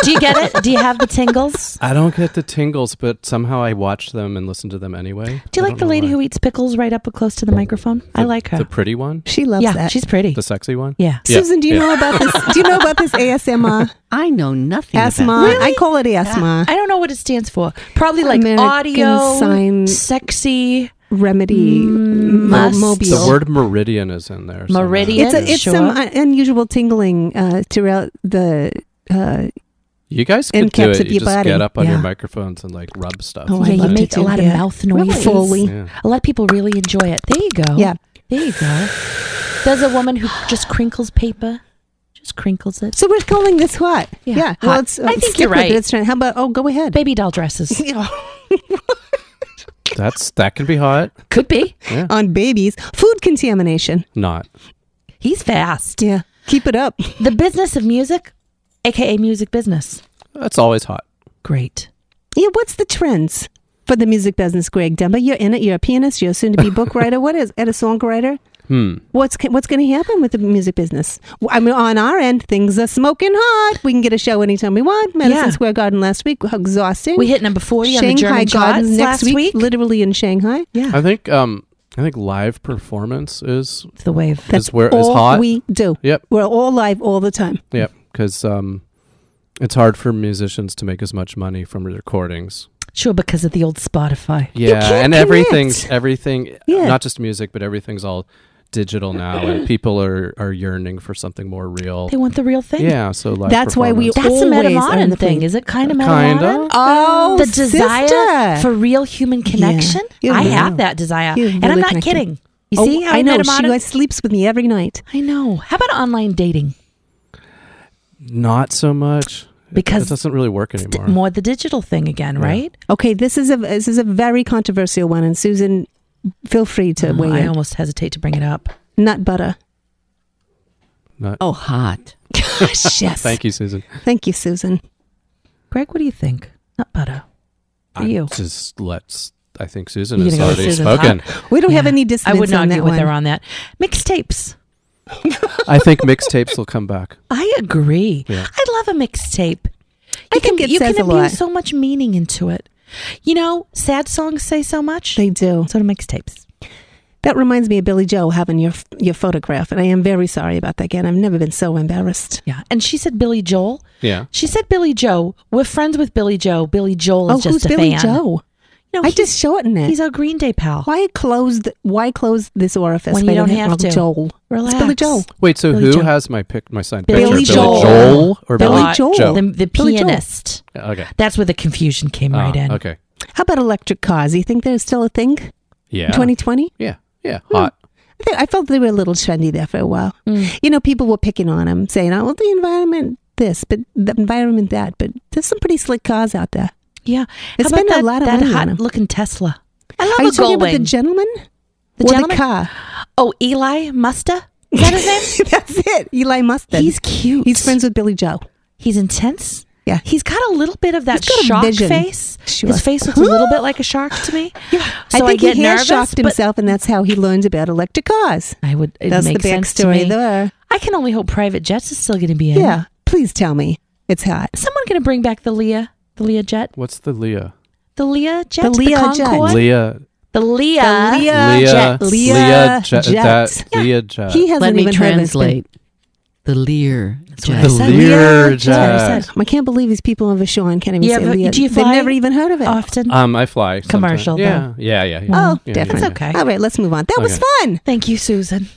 Do you get it? Do you have the tingles? I don't get the tingles, but somehow I watch them and listen to them anyway. Do you I like don't the know lady why. who eats pickles right up close to the microphone? I like her. The pretty one, She loves yeah, that. she's pretty. the sexy one. Yeah. Susan, do you yeah. know about this? Do you know about this ASMR? I know nothing. about Asthma. that. I call it ASMR. I don't know what it stands for. Probably like American audio, Sign- sexy. Remedy. mo- must. mobile. The word meridian is in there. somewhere. Meridian? It's, a, it's Sure. some uh, unusual tingling uh, throughout the. Uh, You guys And could do caps it. up You your just body. get up on your Yeah. microphones and like rub stuff. Oh, I yeah, you love to make a do lot of that. mouth Really? noises. Foley. Yeah. A lot of people really enjoy it. There you go. Yeah. There you go. There's a woman who just crinkles paper. Just crinkles it. so we're calling this what? Yeah. Well, Hot. it's, uh, I think stick you're with it. right. It's trend. How about? Oh, go ahead. Baby doll dresses. That's that can be hot. Could be. Yeah. on babies, food contamination. Not. He's fast. Yeah. Keep it up. The business of music, aka music business. That's always hot. Great. Yeah, what's the trends for the music business, Greg Demba? You're in it. You're a pianist. You're soon to be book writer. What is and a songwriter? Hmm. What's what's going to happen with the music business? I mean, on our end, things are smoking hot. We can get a show anytime we want. Madison Yeah. Square Garden last week, exhausting. We hit number 40 on the Shanghai German charts Garden last next week, week. literally in Shanghai. Yeah. I think um I think live performance is It's the wave. is where is all hot. we do. Yep. We're all live all the time. yep. Because um, it's hard for musicians to make as much money from recordings Sure, because of the old Spotify. Yeah, can't and everything's connect. everything. Yeah. Not just music, but everything's all digital now, and people are are yearning for something more real. They want the real thing. yeah, so like That's why we That's a Always metamodern on the thing. plane. Is it kind of metamodern? Kinda. Oh, the desire sister. for real human connection. You're I really- have that desire, you're and I'm really not connected. kidding. You Oh, see how I know she metamodern- like, sleeps with me every night. I know. How about online dating? not so much Because it doesn't really work D- anymore. more the digital thing again, right? Okay, this is a this is a very controversial one, and Susan, feel free to Oh, weigh I in. almost hesitate to bring it up. Nut butter. Not- Oh, hot. Gosh, yes. Thank you, Susan. Thank you, Susan. Greg, what do you think? Nut butter. For you. Just let's. I think Susan You has gonna go with already Susan's spoken. We don't have Yeah. any dissonance I would not on that argue with one. her on that. Mixtapes. I think mixtapes will come back. I agree. Yeah. I love a mixtape. You I think it you says can a lot. imbue so much meaning into it. You know, sad songs say so much. They do. so do mixtapes. That reminds me of Billy Joe having your your photograph, and I am very sorry about that. Again, I've never been so embarrassed. Yeah. And she said Billy Joel. Yeah. She said Billy Joe. We're friends with Billy Joe. Billy Joel is oh, just who's a Billy fan. Joe? No, I he's- just shorten it. He's our Green Day pal. why close? th- Why close this orifice? When by you don't the have to. Joel. Relax. It's Billy Joel. Wait. So Billy who Joel. has my pick? My signed Billy picture? Joel. Joel or Billy Billy Joel. Joe? The, the Billy Joel. pianist. Okay. That's where the confusion came right Ah, in. Okay. How about electric cars? You think they're still a thing? Yeah. Twenty twenty. Yeah. Yeah. Hot. Hmm. I think I felt they were a little trendy there for a while. Mm. You know, people were picking on them, saying, "Oh, well, the environment this, but the environment that." But there's some pretty slick cars out there. Yeah. It's How about been a that, lot of that money on hot him. looking Tesla. I love Are you a talking about the Gullwing. gentleman? The or gentleman? the car? oh, Eli Musta? Is that his name? That's it. Eli Mustard. He's cute. He's friends with Billy Joe. He's intense. Yeah. He's got a little bit of that He's got a shark vision. face. Sure. His face looks a little bit like a shark to me. Yeah. So I, I think get he nervous. has shocked but himself, and that's how he learned about electric cars. I would. It That's the makes sense to backstory me. there. I can only hope private jets is still going to be in. Yeah. Please tell me it's hot. Is someone going to bring back the Leah? The Leah jet? What's the Leah? The Leah jet? Leah jet. Concorde? Leah. The Leah. The Leah Leah. jet. Leah. Leah jet. jet. That, Leah jet. He hasn't Let me even heard this thing. translate. The leer. what I the Jack. said. Lear That's what I said. jet. I can't believe these people in Vashon can't even Yeah, say but Leah. do you They've fly? never even heard of it. Often. Um, I fly. sometime. Commercial, Yeah. Yeah. Yeah. yeah. oh, Yeah, yeah, definitely. yeah. It's okay. All right, let's move on. That was Okay. fun. Thank you, Susan.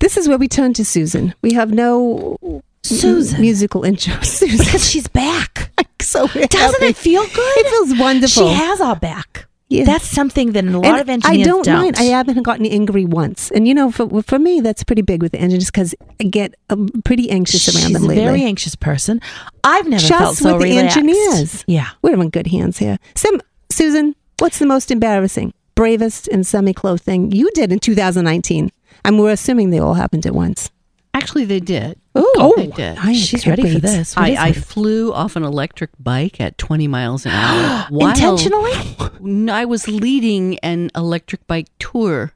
This is where we turn to Susan. We have no Susan. musical intro. Susan, Because she's back. so we're Doesn't happy. it feel good? It feels wonderful. She has our back. Yeah. That's something that a lot And of engineers I don't, mind. I haven't gotten angry once, and you know, for for me, that's pretty big with the engineers because I get um, pretty anxious around She's a them lately. very anxious person. I've never Just felt so with the relaxed. engineers. Yeah. We're in good hands here. Some Susan, what's the most embarrassing, bravest, and semi-close thing you did in 2019? And we're assuming they all happened at once. Actually, they did. Ooh, Oh, they did. I She's can't ready for wait. this. What is I, I it? flew off an electric bike at 20 miles an hour. while- Intentionally? No, I was leading an electric bike tour.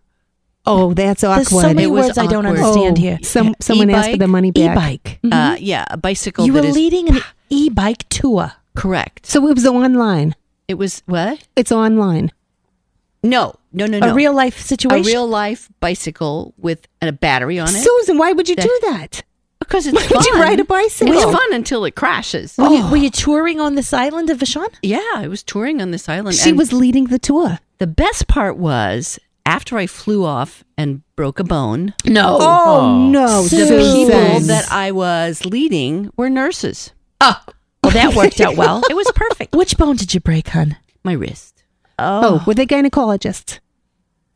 Oh, that's awkward. There's so many It was words I don't awkward. understand Oh, here. Some, someone asked for E-bike? the money back. E-bike. Uh, yeah, a bicycle. Mm-hmm. You were that is- leading an e-bike tour. correct. So it was online. It was what? It's online. No, no, no, no. A real life situation. a real life bicycle with a battery on it. Susan, why would you That- do that? because it's Why fun. would you ride a bicycle? Oh. It's fun until it crashes. were, you, were you touring on this island of Vashon? Yeah, I was touring on this island. She and was leading the tour. The best part was after I flew off and broke a bone. No. Oh, no, The The Susan. people that I was leading were nurses. Well, that worked out well. It was perfect. Which bone did you break, hun? My wrist. oh, were they gynecologists?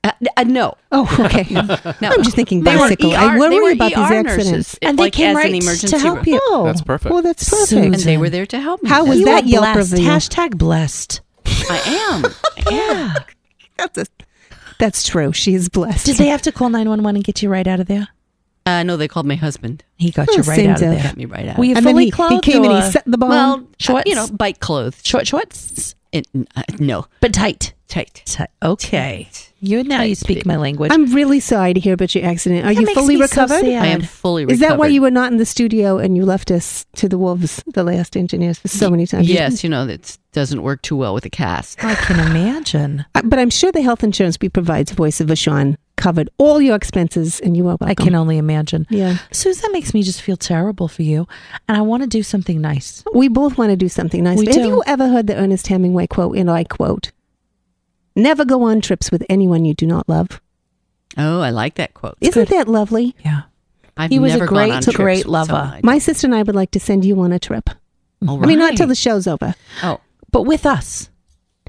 Uh, uh, no, Oh, okay. I'm just thinking They were bicycle. I ER worry they were about ER these accidents. nurses, And they like, came as right an emergency to help room. you. Oh, That's perfect. Well, that's perfect. Susan. And they were there to help me. How was That's- you that are Yelp blessed. review? Hashtag blessed. I am. Yeah. That's, a, that's true. She is blessed. Did they have to call 911 and get you right out of there? Uh, no, they called my husband. He got Oh, you right same out of death. there. Got me right out. Were you and then fully he, he clothed came and he or- set the bomb. well, Shorts? uh, you know, bike clothes. short shorts? It, uh, no, But tight. tight. Ti- Okay. You now you speak my language. I'm really sorry to hear about your accident. Are That you makes fully me so recovered? sad. I am fully recovered. Is that why you were not in the studio and you left us to the wolves, the last engineers, for so many times? Yes, you know that doesn't work too well with a cast. I can imagine. Uh, But I'm sure the health insurance we provide provides voice of Vashon covered all your expenses and you are welcome. I can only imagine. Yeah. Suze, that makes me just feel terrible for you. And I want to do something nice. We both want to do something nice. We But Have do. you ever heard the Ernest Hemingway quote? And I quote, Never go on trips with anyone you do not love. Oh, I like that quote. Isn't that lovely? Yeah. I've He was a never gone great- on trips great with lover. someone I My sister and I would like to send you on a trip. All I mean, not till the right. show's over. Oh, Mm-hmm. But with us.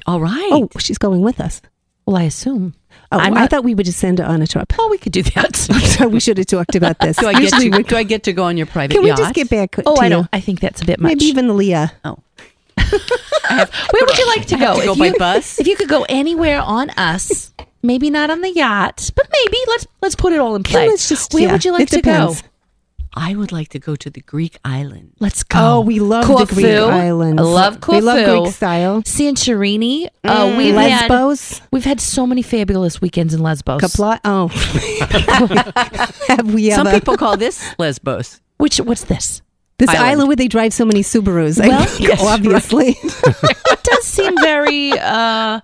all right. Oh, she's going with us. Well, I assume. Oh, I'm I not- thought we would just send her on a trip. Oh, we could do that. So we should have talked about this. do I get Usually to? we- Do I get to go on your private Can we yacht? just get back? oh, to I you? don't. I think that's a bit much. Maybe even Leah. Oh, Where would you like to I have go? to go if by you, bus? If you could go anywhere on us, maybe not on the yacht, but maybe let's let's put it all in play. Let's just- Where yeah, would you like it to depends. go? I would like to go to the Greek island. Let's go. Oh, we love the Corfu. Greek islands. I love Corfu. We love Greek style. Mm. Santorini. Uh, we've Lesbos. Had, we've had so many fabulous weekends in Lesbos, Kapla- oh. Have we ever? Some people call this Lesbos. which what's this? this Island. island. where they drive so many Subarus. I Well, think, yes, obviously. It does seem very uh,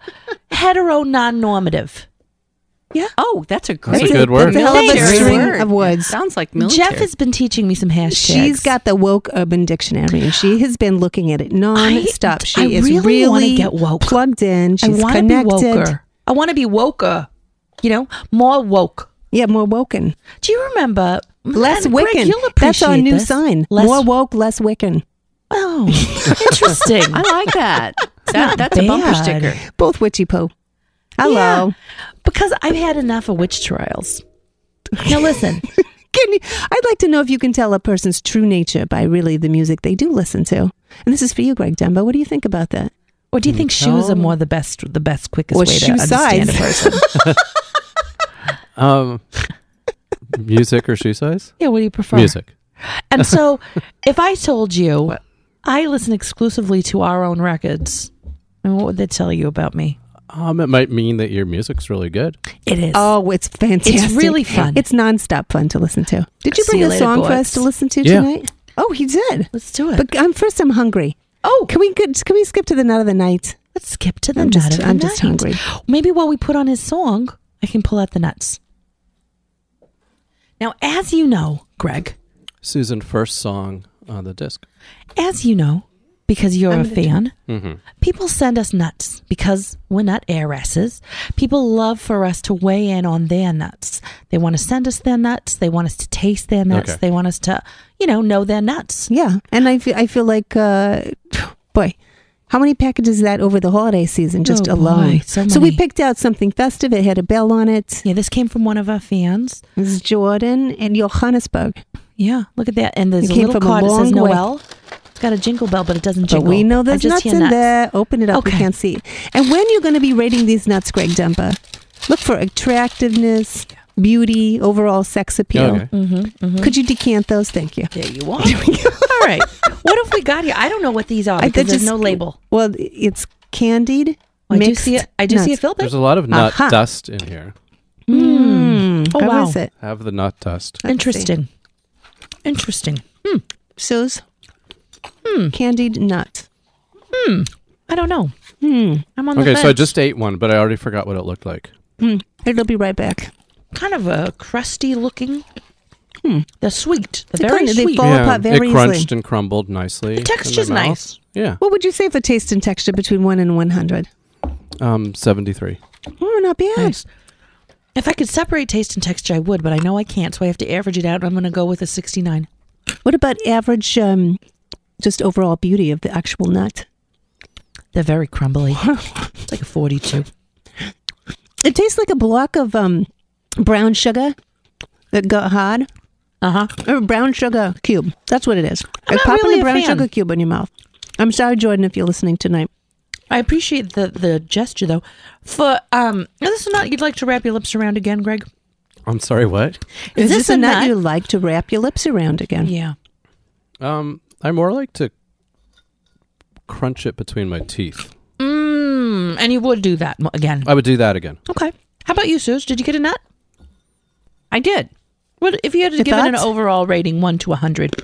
hetero non-normative. Oh, that's a great. That's a good word. That's a hell of a Thanks. string Word. of words. Sounds like military. Jeff has been teaching me some hashtags. She's got the woke urban dictionary and she has been looking at it nonstop. she I is really really, wanna get woke. plugged in. I She's want to be connected. woker. I want to be woker. You know, more woke. Yeah, more woken. Do you remember Mm, Less and Greg, Wiccan. you'll That's our appreciate new this. sign. Less. more woke, less Wiccan. oh, interesting. I like that. that that's a bumper bad. sticker. Both witchy poo. Hello. Yeah, because I've had enough of witch trials. Now listen, Can you, I'd like to know if you can tell a person's true nature by really the music they do listen to. And this is for you, Greg Dumbo. What do you think about that? or do you think shoes are more the best, the best, quickest Or way to shoe understand a size. person? Um, music or shoe size? yeah, what do you prefer? Music. And so, if I told you I listen exclusively to our own records, I mean, what would that tell you about me? Um, it might mean that your music's really good. It is. Oh, it's fantastic. really fun. It's nonstop fun to listen to. Did you See bring you a later, song for boys. us to listen to Yeah. tonight? Oh, he did. let's do it. But I'm first. I'm hungry. oh, Can we get, can we skip to the nut of the night? Let's skip to the I'm nut just- of the I'm just night. hungry. Maybe while we put on his song, I can pull out the nuts. Now, as you know, Greg, Susan, first song on the disc. as you know, because you're I'm a gonna do- fan, Mm-hmm. people send us nuts because we're nut heiresses. People love for us to weigh in on their nuts. They want to send us their nuts. They want us to taste their nuts. Okay. They want us to, you know, know their nuts. Yeah, and I feel I feel like uh, boy, how many packages is that over the holiday season just Oh, boy, alone? so we many. picked out something festive. It had a bell on it. Yeah, this came from one of our fans. This is Jordan and Johannesburg. Yeah, look at that. And there's It a came little from a card that says long way. Noel. It's got a jingle bell, but it doesn't jingle. But we know I there's just nuts hear in there. Open it up. We Okay. can't see. And when you're going to be rating these nuts, Greg Dumba, look for attractiveness, beauty, overall sex appeal. Okay. Mm-hmm, Could you decant those? Thank you. There you are. All right. What have we got here? I don't know what these are I did because there's just- no label. Oh, Well, it's candied. I do mixed see it. I do see a nuts. filbert. There's a lot of nut Aha. dust in here. Mm. Oh, How wow. is it? Have the nut dust. Let's see. Interesting. Interesting. Suze? Hmm. Candied nut. I don't know. Hmm. I'm on Okay, the so I fence. just ate one, but I already forgot what it looked like. It'll be right back. kind of a crusty looking. They're sweet. They're They're very kind of- Hmm. they sweet. fall- All apart very it crunched easily. and crumbled nicely. the in my texture's mouth. nice. Yeah, What would you say for taste and texture between 1 and 100? um, seventy-three. Oh, not bad. Nice. If I could separate taste and texture, I would, but I know I can't, so I have to average it out. and I'm going to go with a 69. What about average, um, just overall beauty of the actual nut? They're very crumbly. it's like a 42. It tastes like a block of um, brown sugar that got hard. Uh huh. Or brown sugar cube. That's what it is. I'm not popping really a a brown fan. sugar cube in your mouth. I'm sorry, Jordan, if you're listening tonight. I appreciate the the gesture though. For um, now this is not you'd like to wrap your lips around again, Greg. I'm sorry, what? Is, this a a nut, nut? you like to wrap your lips around again? Yeah. Um, I more like to crunch it between my teeth. Mm, and you would do that mo- again. I would do that again. Okay. How about you, Suze? Did you get a nut? I did. What if you had to Your give it an thoughts? overall rating, one to a hundred?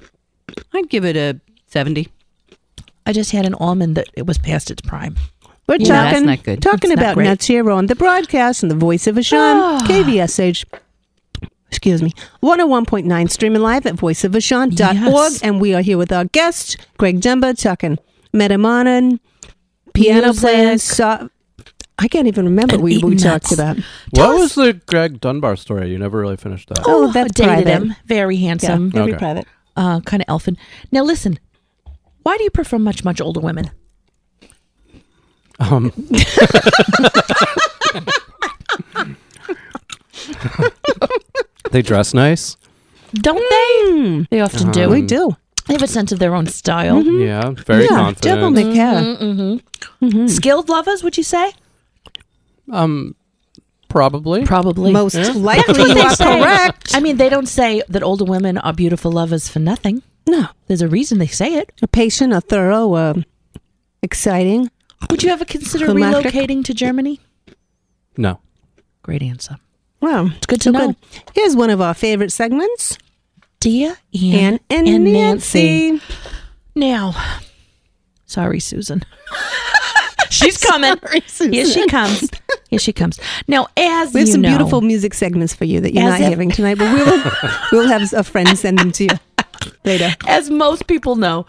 I'd give it a seventy. I just had an almond that it was past its prime. We're Yeah, talking, that's not good. talking It's not about great. Ah. nuts here on the broadcast and the voice of Ashan, KVSH. Excuse me. 101.9 streaming live at voiceofashan.org. Yes. And we are here with our guest, Greg Demba, talking Metamanan, piano Music. players. So- I can't even remember And what we, we eating talked nuts. about. What was the Greg Dunbar story? You never really finished that. Oh, that's dated private. him. Very handsome, Yeah, very Okay. private. uh, kind of elfin. Now listen, why do you prefer much much older women? Oh. Um, they dress nice. Don't they? They often do. Hmm, We do. They have a sense of their own style. Yeah, Mm. very yeah, confident. Devil Mm-hmm. McCare. Mm-hmm. Skilled lovers, would you say? um, probably. Probably. Most likely you They are say- correct. I mean, they don't say that older women are beautiful lovers for nothing. No. There's a reason they say it. A patient, a thorough, uh, exciting. Would you ever consider Climactic. relocating to Germany? no. Great answer. Wow. It's good to know. Here's one of our favorite segments Dear Anne Anne and, Nancy. Now, sorry, Susan. She's coming. Here she comes. Here she comes. Now, as We have you some know- beautiful music segments for you that you're As not if- having tonight, but we will, we'll have a friend send them to you later. as most people know,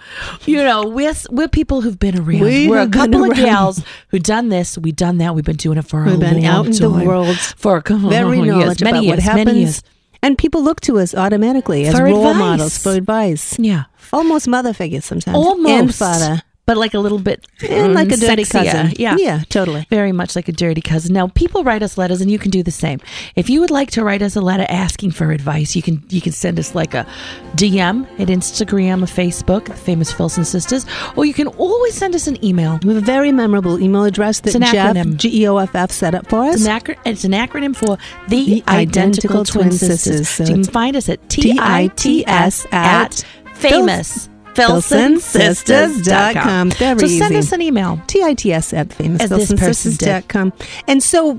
you know, we're s- we're people who've been around. We We are a have been couple of around. gals who done this, we done that, we've been doing it for a We've been long out in the time. world for a couple Very years, knowledgeable Oh, many about years, what many happens. years. And people look to us automatically as For role advice. models for advice. Yeah, Almost mother figures sometimes. almost And father. uh, but like a little bit And like a mm, dirty sexier. cousin. Yeah, Yeah, totally. very much like a dirty cousin. Now, people write us letters, and you can do the same. If you would like to write us a letter asking for advice, you can you can send us like a DM at Instagram or Facebook, the famous Filson Sisters, or you can always send us an email. We have a very memorable email address that It's an Jeff, acronym. G E O F F, set up for It's us. an, acro- it's an acronym for the, The Identical, Identical Twin, Twin Sisters. Sisters. So you can it's find us at T I T T-I-T-S S at famous Filson Filson Sisters dot com. Sisters.com. Very So send easy. us an email. TITS at As this person did. famousfilsonsisters.com. And so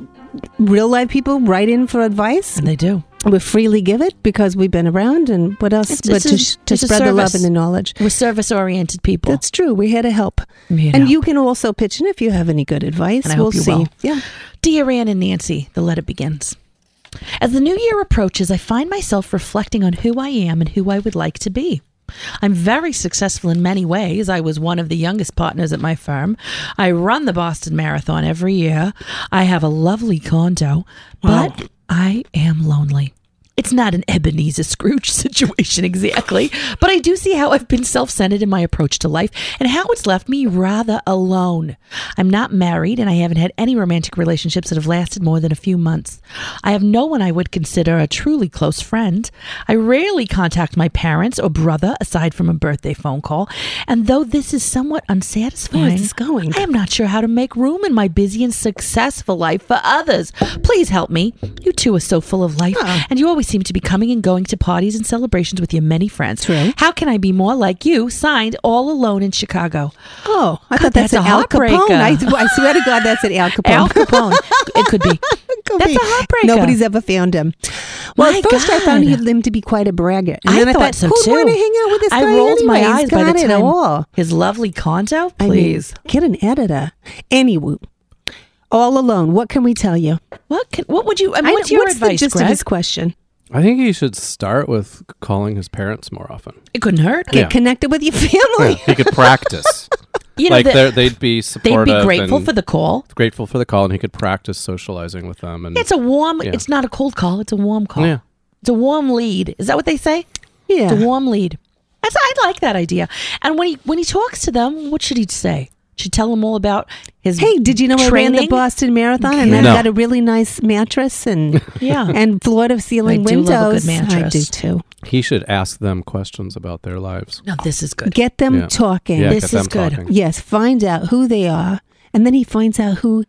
real life people write in for advice. And they do. We freely give it because we've been around and what else It's- but it's to, a- sh- to it's a spread the love service. and the knowledge. We're service oriented people. That's true. We're here to help. You know. And you can also pitch in if you have any good advice. And I we'll hope you see. will. Yeah. Dear Anne and Nancy, the letter begins. As the new year approaches, I find myself reflecting on who I am and who I would like to be. I'm very successful in many ways. I was one of the youngest partners at my firm. I run the Boston Marathon every year. I have a lovely condo, but I am lonely. It's not an Ebenezer Scrooge situation exactly, but I do see how I've been self centered in my approach to life and how it's left me rather alone. I'm not married and I haven't had any romantic relationships that have lasted more than a few months. I have no one I would consider a truly close friend. I rarely contact my parents or brother aside from a birthday phone call. And though this is somewhat unsatisfying, Where is this going? I am not sure how to make room in my busy and successful life for others. Please help me. You two are so full of life, and you always seem to be coming and going to parties and celebrations with your many friends. True. How can I be more like you, signed all alone in Chicago? Oh, I God, thought that's, that's an a Al Capone. heartbreaker. I, I swear to God, that's an Al Capone. Al Capone. it could be. Could That's be. a heartbreaker. Nobody's ever found him. Well, My at first I found God. him to be quite a braggart. And I then thought, I thought so who'd too. want to hang out with this I guy rolled my anyway? eyes He's by got the it time. all. His lovely condo, I mean, please. get an editor. Anywho, all alone. What can we tell you? what can, What would you? I mean, I- what's your advice, the gist Greg? of his question? I think he should start with calling his parents more often. it couldn't hurt. Get connected with your family. He could practice. Oh, You know, like the- they're- they'd be they'd supportive. be grateful and for the call. grateful for the call, and he could practice socializing with them. And It's a warm. Mm. Yeah. It's not a cold call. It's a warm call. Yeah. It's a warm lead. Is that what they say? Yeah. It's a warm lead. That's, I like that idea. And when he when he talks to them, what should he say? Should he tell them all about his? Hey, did you know I ran training? the Boston Marathon and Yeah. I've No. got a really nice mattress and Yeah. and floor to ceiling I do windows. love a good I mattress. do too. he should ask them questions about their lives. no, this is good. Get them Yeah. talking. Yeah, This get them is good. talking. Yes, find out who they are, and then he finds out who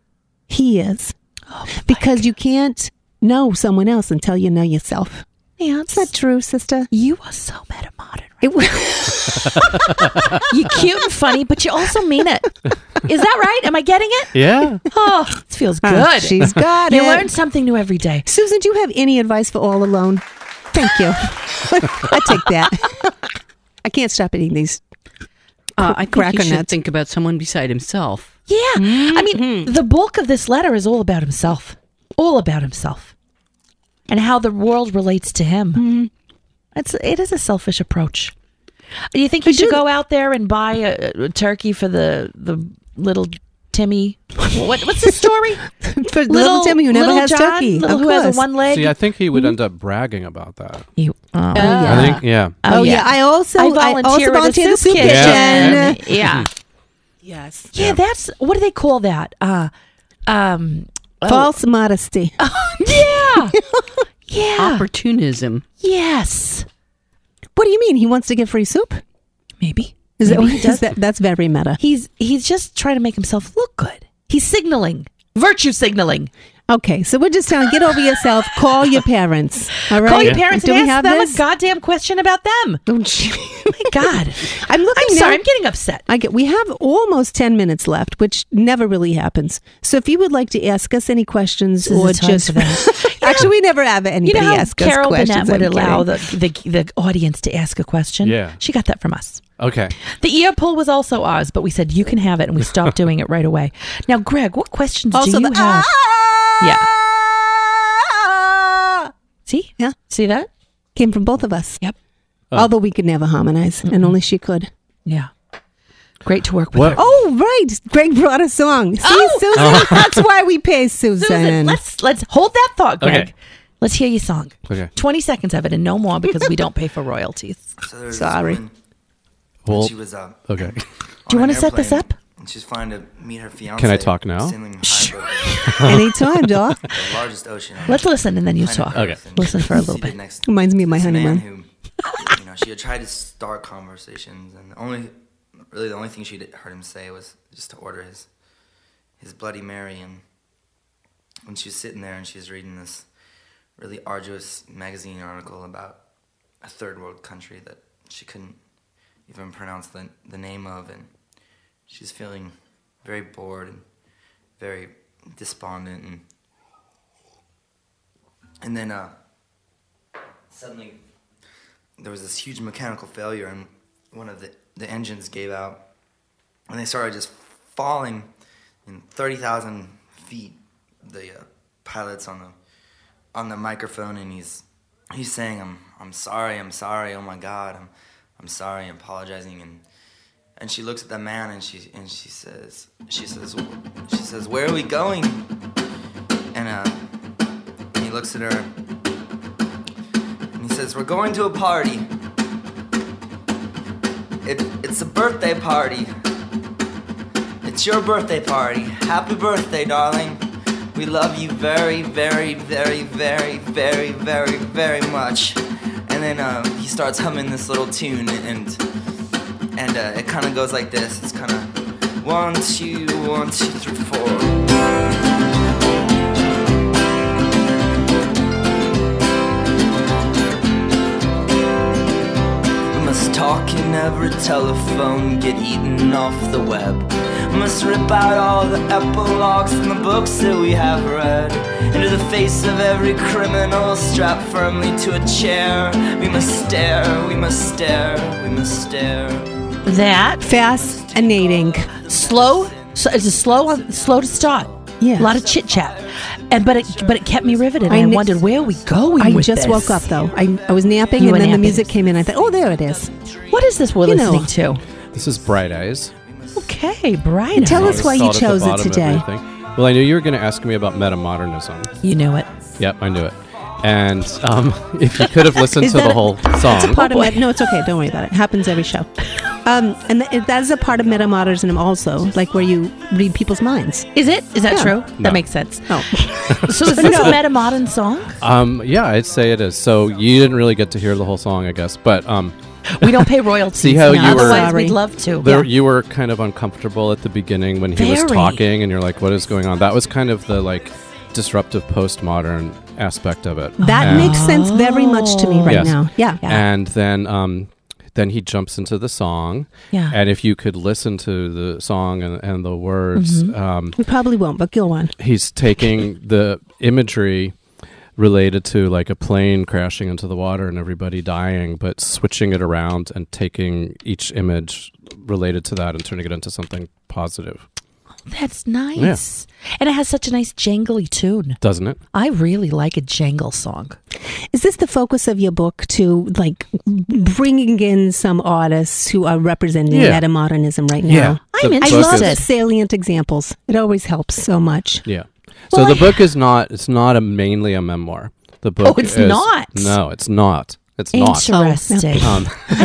he is. Oh because you can't know someone else until you know yourself. Yeah, Is that true, sister? you are so meta modern. It, w- You're cute and funny, but you also mean it. Is that right? Am I getting it? Yeah. Oh, it feels good. Ah, she's got you it. learn something new every day. Susan, do you have any advice for all alone? Thank you. I take that. I can't stop eating these. Uh, I think Cracker he should nuts. think about someone beside himself. Yeah. I Mm-hmm. mean, the bulk of this letter is all about himself, all about himself and how the world relates to him. Mm-hmm. It's, it is a selfish approach. You think you should go out there and buy a, a turkey for the, the little Timmy? What, what's the story? For little, Timmy who never little has John, turkey. Little of who has course. a one leg. See, I think he would end up bragging about that. You- oh, Hmm? yeah. I think, yeah. Oh, yeah. Uh, I also I I volunteer also at a volunteer at the soup soup kitchen. Uh, kitchen. yeah. Yes. Yeah, that's what do they call that? Uh um False modesty. Uh. Yeah. yeah. Opportunism. yes. What do you mean? He wants to get free soup? Maybe. Is that, Maybe he is that that's very meta? He's he's just trying to make himself look good. He's signaling. Virtue signaling. Okay, so we're just telling get over yourself. Call your parents. All right. Call your parents Do and we ask have them this? a goddamn question about them. Oh, gee. My God. I'm looking. I'm now. sorry, I'm getting upset. I get. We have almost ten minutes left, which never really happens. So if you would like to ask us any questions This is or the time just for that. actually, we never have You anybody know how ask Carol us questions. Burnett would I'm allow kidding. the, the the audience to ask a question? Yeah. She got that from us. Okay. The ear pull was also ours, but we said you can have it, and we stopped doing it right away. Now, Greg, what questions also do you the have? ah See, Yeah. see that? came from both of us. Yep. Although we could never harmonize, and only she could. Yeah, great to work with. What- her. Oh, right. Greg brought a song. See, Oh. Susan? That's why we pay Susan. Susan, let's let's hold that thought, Greg. Okay. Let's hear your song. Okay. Twenty seconds of it, and no more because we don't pay for royalties. So there was this Sorry. woman, and Well, she was uh, okay. Do you on wanna an set this airplane, up? And she's flying to meet her fiance. Can I talk now? Sailing high over Anytime, doll. the largest ocean. on Let's listen, and then you planet talk. Earth, Okay. and Listen for a little seated bit. next to Reminds me of my this man honeymoon. Who, you know, she had tried to start conversations, and the only, really, the only thing she'd heard him say was just to order his, his Bloody Mary. And when she was sitting there, and she was reading this really arduous magazine article about a third world country that she couldn't even pronounce the, the name of, and she's feeling very bored and very despondent, and and then uh, suddenly there was this huge mechanical failure, and one of the, the engines gave out, and they started just falling in thirty thousand feet. The uh, pilot's on the on the microphone and he's he's saying I'm I'm sorry, I'm sorry, oh my god, I'm I'm sorry, I'm apologizing and and she looks at the man and she and she says she says she says where are we going? And uh and he looks at her and he says we're going to a party. It, it's a birthday party. It's your birthday party. Happy birthday, darling. We love you very, very, very, very, very, very, very much. And then uh, he starts humming this little tune, and and uh, it kind of goes like this. It's kind of one, two, one, two, three, four. Must talk in every telephone, get eaten off the web. Must rip out all the epilogues from the books that we have read. Into the face of every criminal, strapped firmly to a chair. We must stare, we must stare, we mast stare. That Fascinating. slow, so it's a slow, on, slow to start. Yeah. a lot of chit chat, and but it but it kept me riveted. I I, kn- wondered where are we going. I with just this? woke up, though. I, I was napping, You and were then the napping. music came in. I thought, oh, there it is. What is this we're You know. listening to? This is Bright Eyes. Okay, Brian. Tell us Just why you thought at the chose it bottom of today. everything. Well, I knew you were going to ask me about metamodernism. You knew it. Yep, I knew it. And um, if you could have listened Is to that the a- whole song, It's a part of met- no, it's okay. Don't worry about it. It happens every show. Um, and th- that is a part of metamodernism also, like where you read people's minds. Is it? Is that Yeah. true? No. That makes sense. Oh, So is this a metamodern song? um, yeah, I'd say it is. So you didn't really get to hear the whole song, I guess, but um, We don't pay royalties. See how now. you were- Otherwise, Sorry. we'd love to. there, you were kind of uncomfortable at the beginning when he was Very. talking, and you're like, "What is going on?" That was kind of the like disruptive postmodern aspect of it. that And- makes sense very much to me right Yes. now. Yeah. and then um, then he jumps into the song. Uh-huh. Yeah. And if you could listen to the song and, and the words, Mm-hmm. um, We probably won't, but go on. he's taking the imagery related to like a plane crashing into the water and everybody dying, but switching it around and taking each image related to that and turning it into something positive. That's nice. And it has such a nice jangly tune. doesn't it? I really like a jangle song. Is this the focus of your book to like bringing in some artists who are representing Yeah. metamodernism right now? I'm The I Focus. love it. salient examples. It always helps so much. Yeah. Well, so the I- book is not. It's not a mainly a memoir. The book. Oh, it's is- not. No, it's not. It's not. Oh, Um, Interesting. I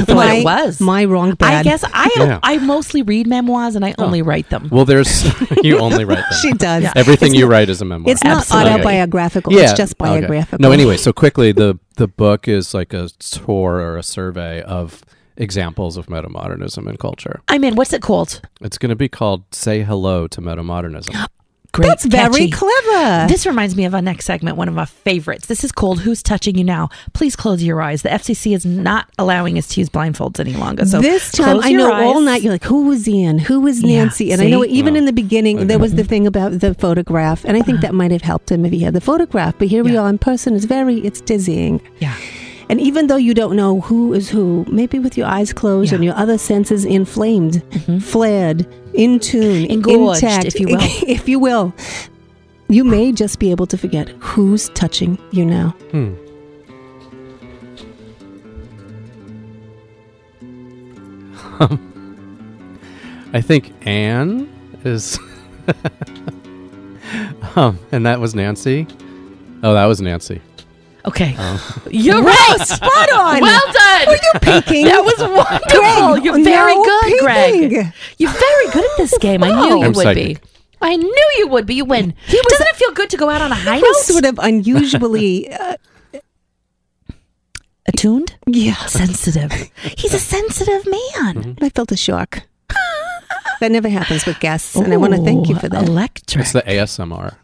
thought my, it was. my wrong bad. I guess I Yeah. I mostly read memoirs and I only write them. Well, there's you only write them. she does. Yeah. Everything you write is a memoir. It's not Absolutely. autobiographical. It's just okay. biographical. No, anyway, so quickly the the book is like a tour or a survey of examples of metamodernism in culture. I mean, what's it called? It's going to be called "Say Hello to Metamodernism." Great, That's very catchy. clever. Uh, This reminds me of our next segment, one of our favorites. This is called Who's Touching You Now? Please close your eyes. The FCC is not allowing us to use blindfolds any longer. So this time, close I your know all eyes. Oh. night you're like, who was Ian? Who was Yeah, Nancy? and I know see? even Yeah. in the beginning, there was the thing about the photograph. And I think that might have helped him if he had the photograph. But here we Yeah. are in person. It's very, it's dizzying. Yeah. And even though you don't know who is who, maybe with your eyes closed Yeah. Mm-hmm. and your other senses inflamed, flared, in tune, Engorged, intact, if you will. if you will, you may just be able to forget who's touching you now. I think Anne is, um, and that was Nancy. Oh, that was Nancy. Okay. Oh. You're right. Spot on. Well done. Were you peeking? That was wonderful. Greg, You're very no good, peeking. Greg. You're very good at this game. I knew you Oh. I'm would psychic. be. I knew you would be. You win. Doesn't it feel good to go out on a high It was note? sort of unusually, uh, Attuned? yeah. Sensitive. He's a sensitive man. Mm-hmm. I felt a shock. that never happens with guests, and I want to thank you for that. Electric. It's the ASMR.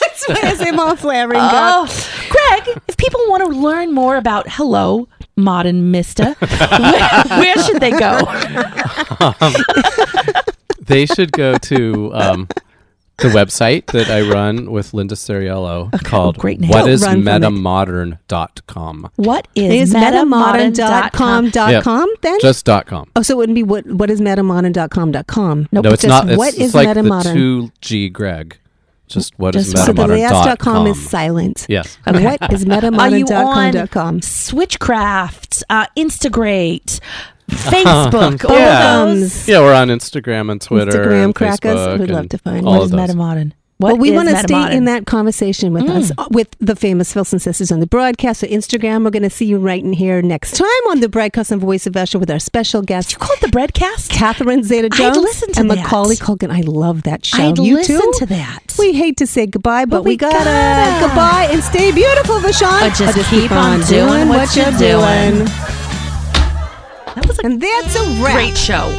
That's why I say more flaring Oh, Greg, if people want to learn more about Hello, Modern Mister, where, where should they go? they should go to um, the website that I run with Linda Seriello called great name. What Don't is run from it. metamodern.com. What is, Is metamodern.com? metamodern.com.com Yeah, then? Just dot com. oh, so it wouldn't be what what is metamodern.com.com? Nope. No, it's just not. It's, what it's is like the metamodern? two G Greg. Just what is Just- so the metamodern.com. last dot com is silent. yes. And What is Are you on metamodern.com.com? Switchcraft, uh, Instagrate, Facebook, all yeah. of those? Bums. Yeah, we're on Instagram and Twitter. Instagram and crackers. Facebook We'd love and to find all What All is of those. metamodern? What Well, we is want to stay in metamodern? Mm. that conversation with us, uh, with the famous Filson sisters on the broadcast, or Instagram. We're going to see you right in here next time on the broadcast and Voice of Usher with our special guest, Call it the Breadcast? Catherine Zeta Jones listen to and that. Macaulay Culkin. I love that show. I'd you listen too? to that. We hate to say goodbye, but, we we gotta. gotta. Goodbye and stay beautiful, Vashon. But just keep on doing what you're doing. that was a And that's a wrap. great show.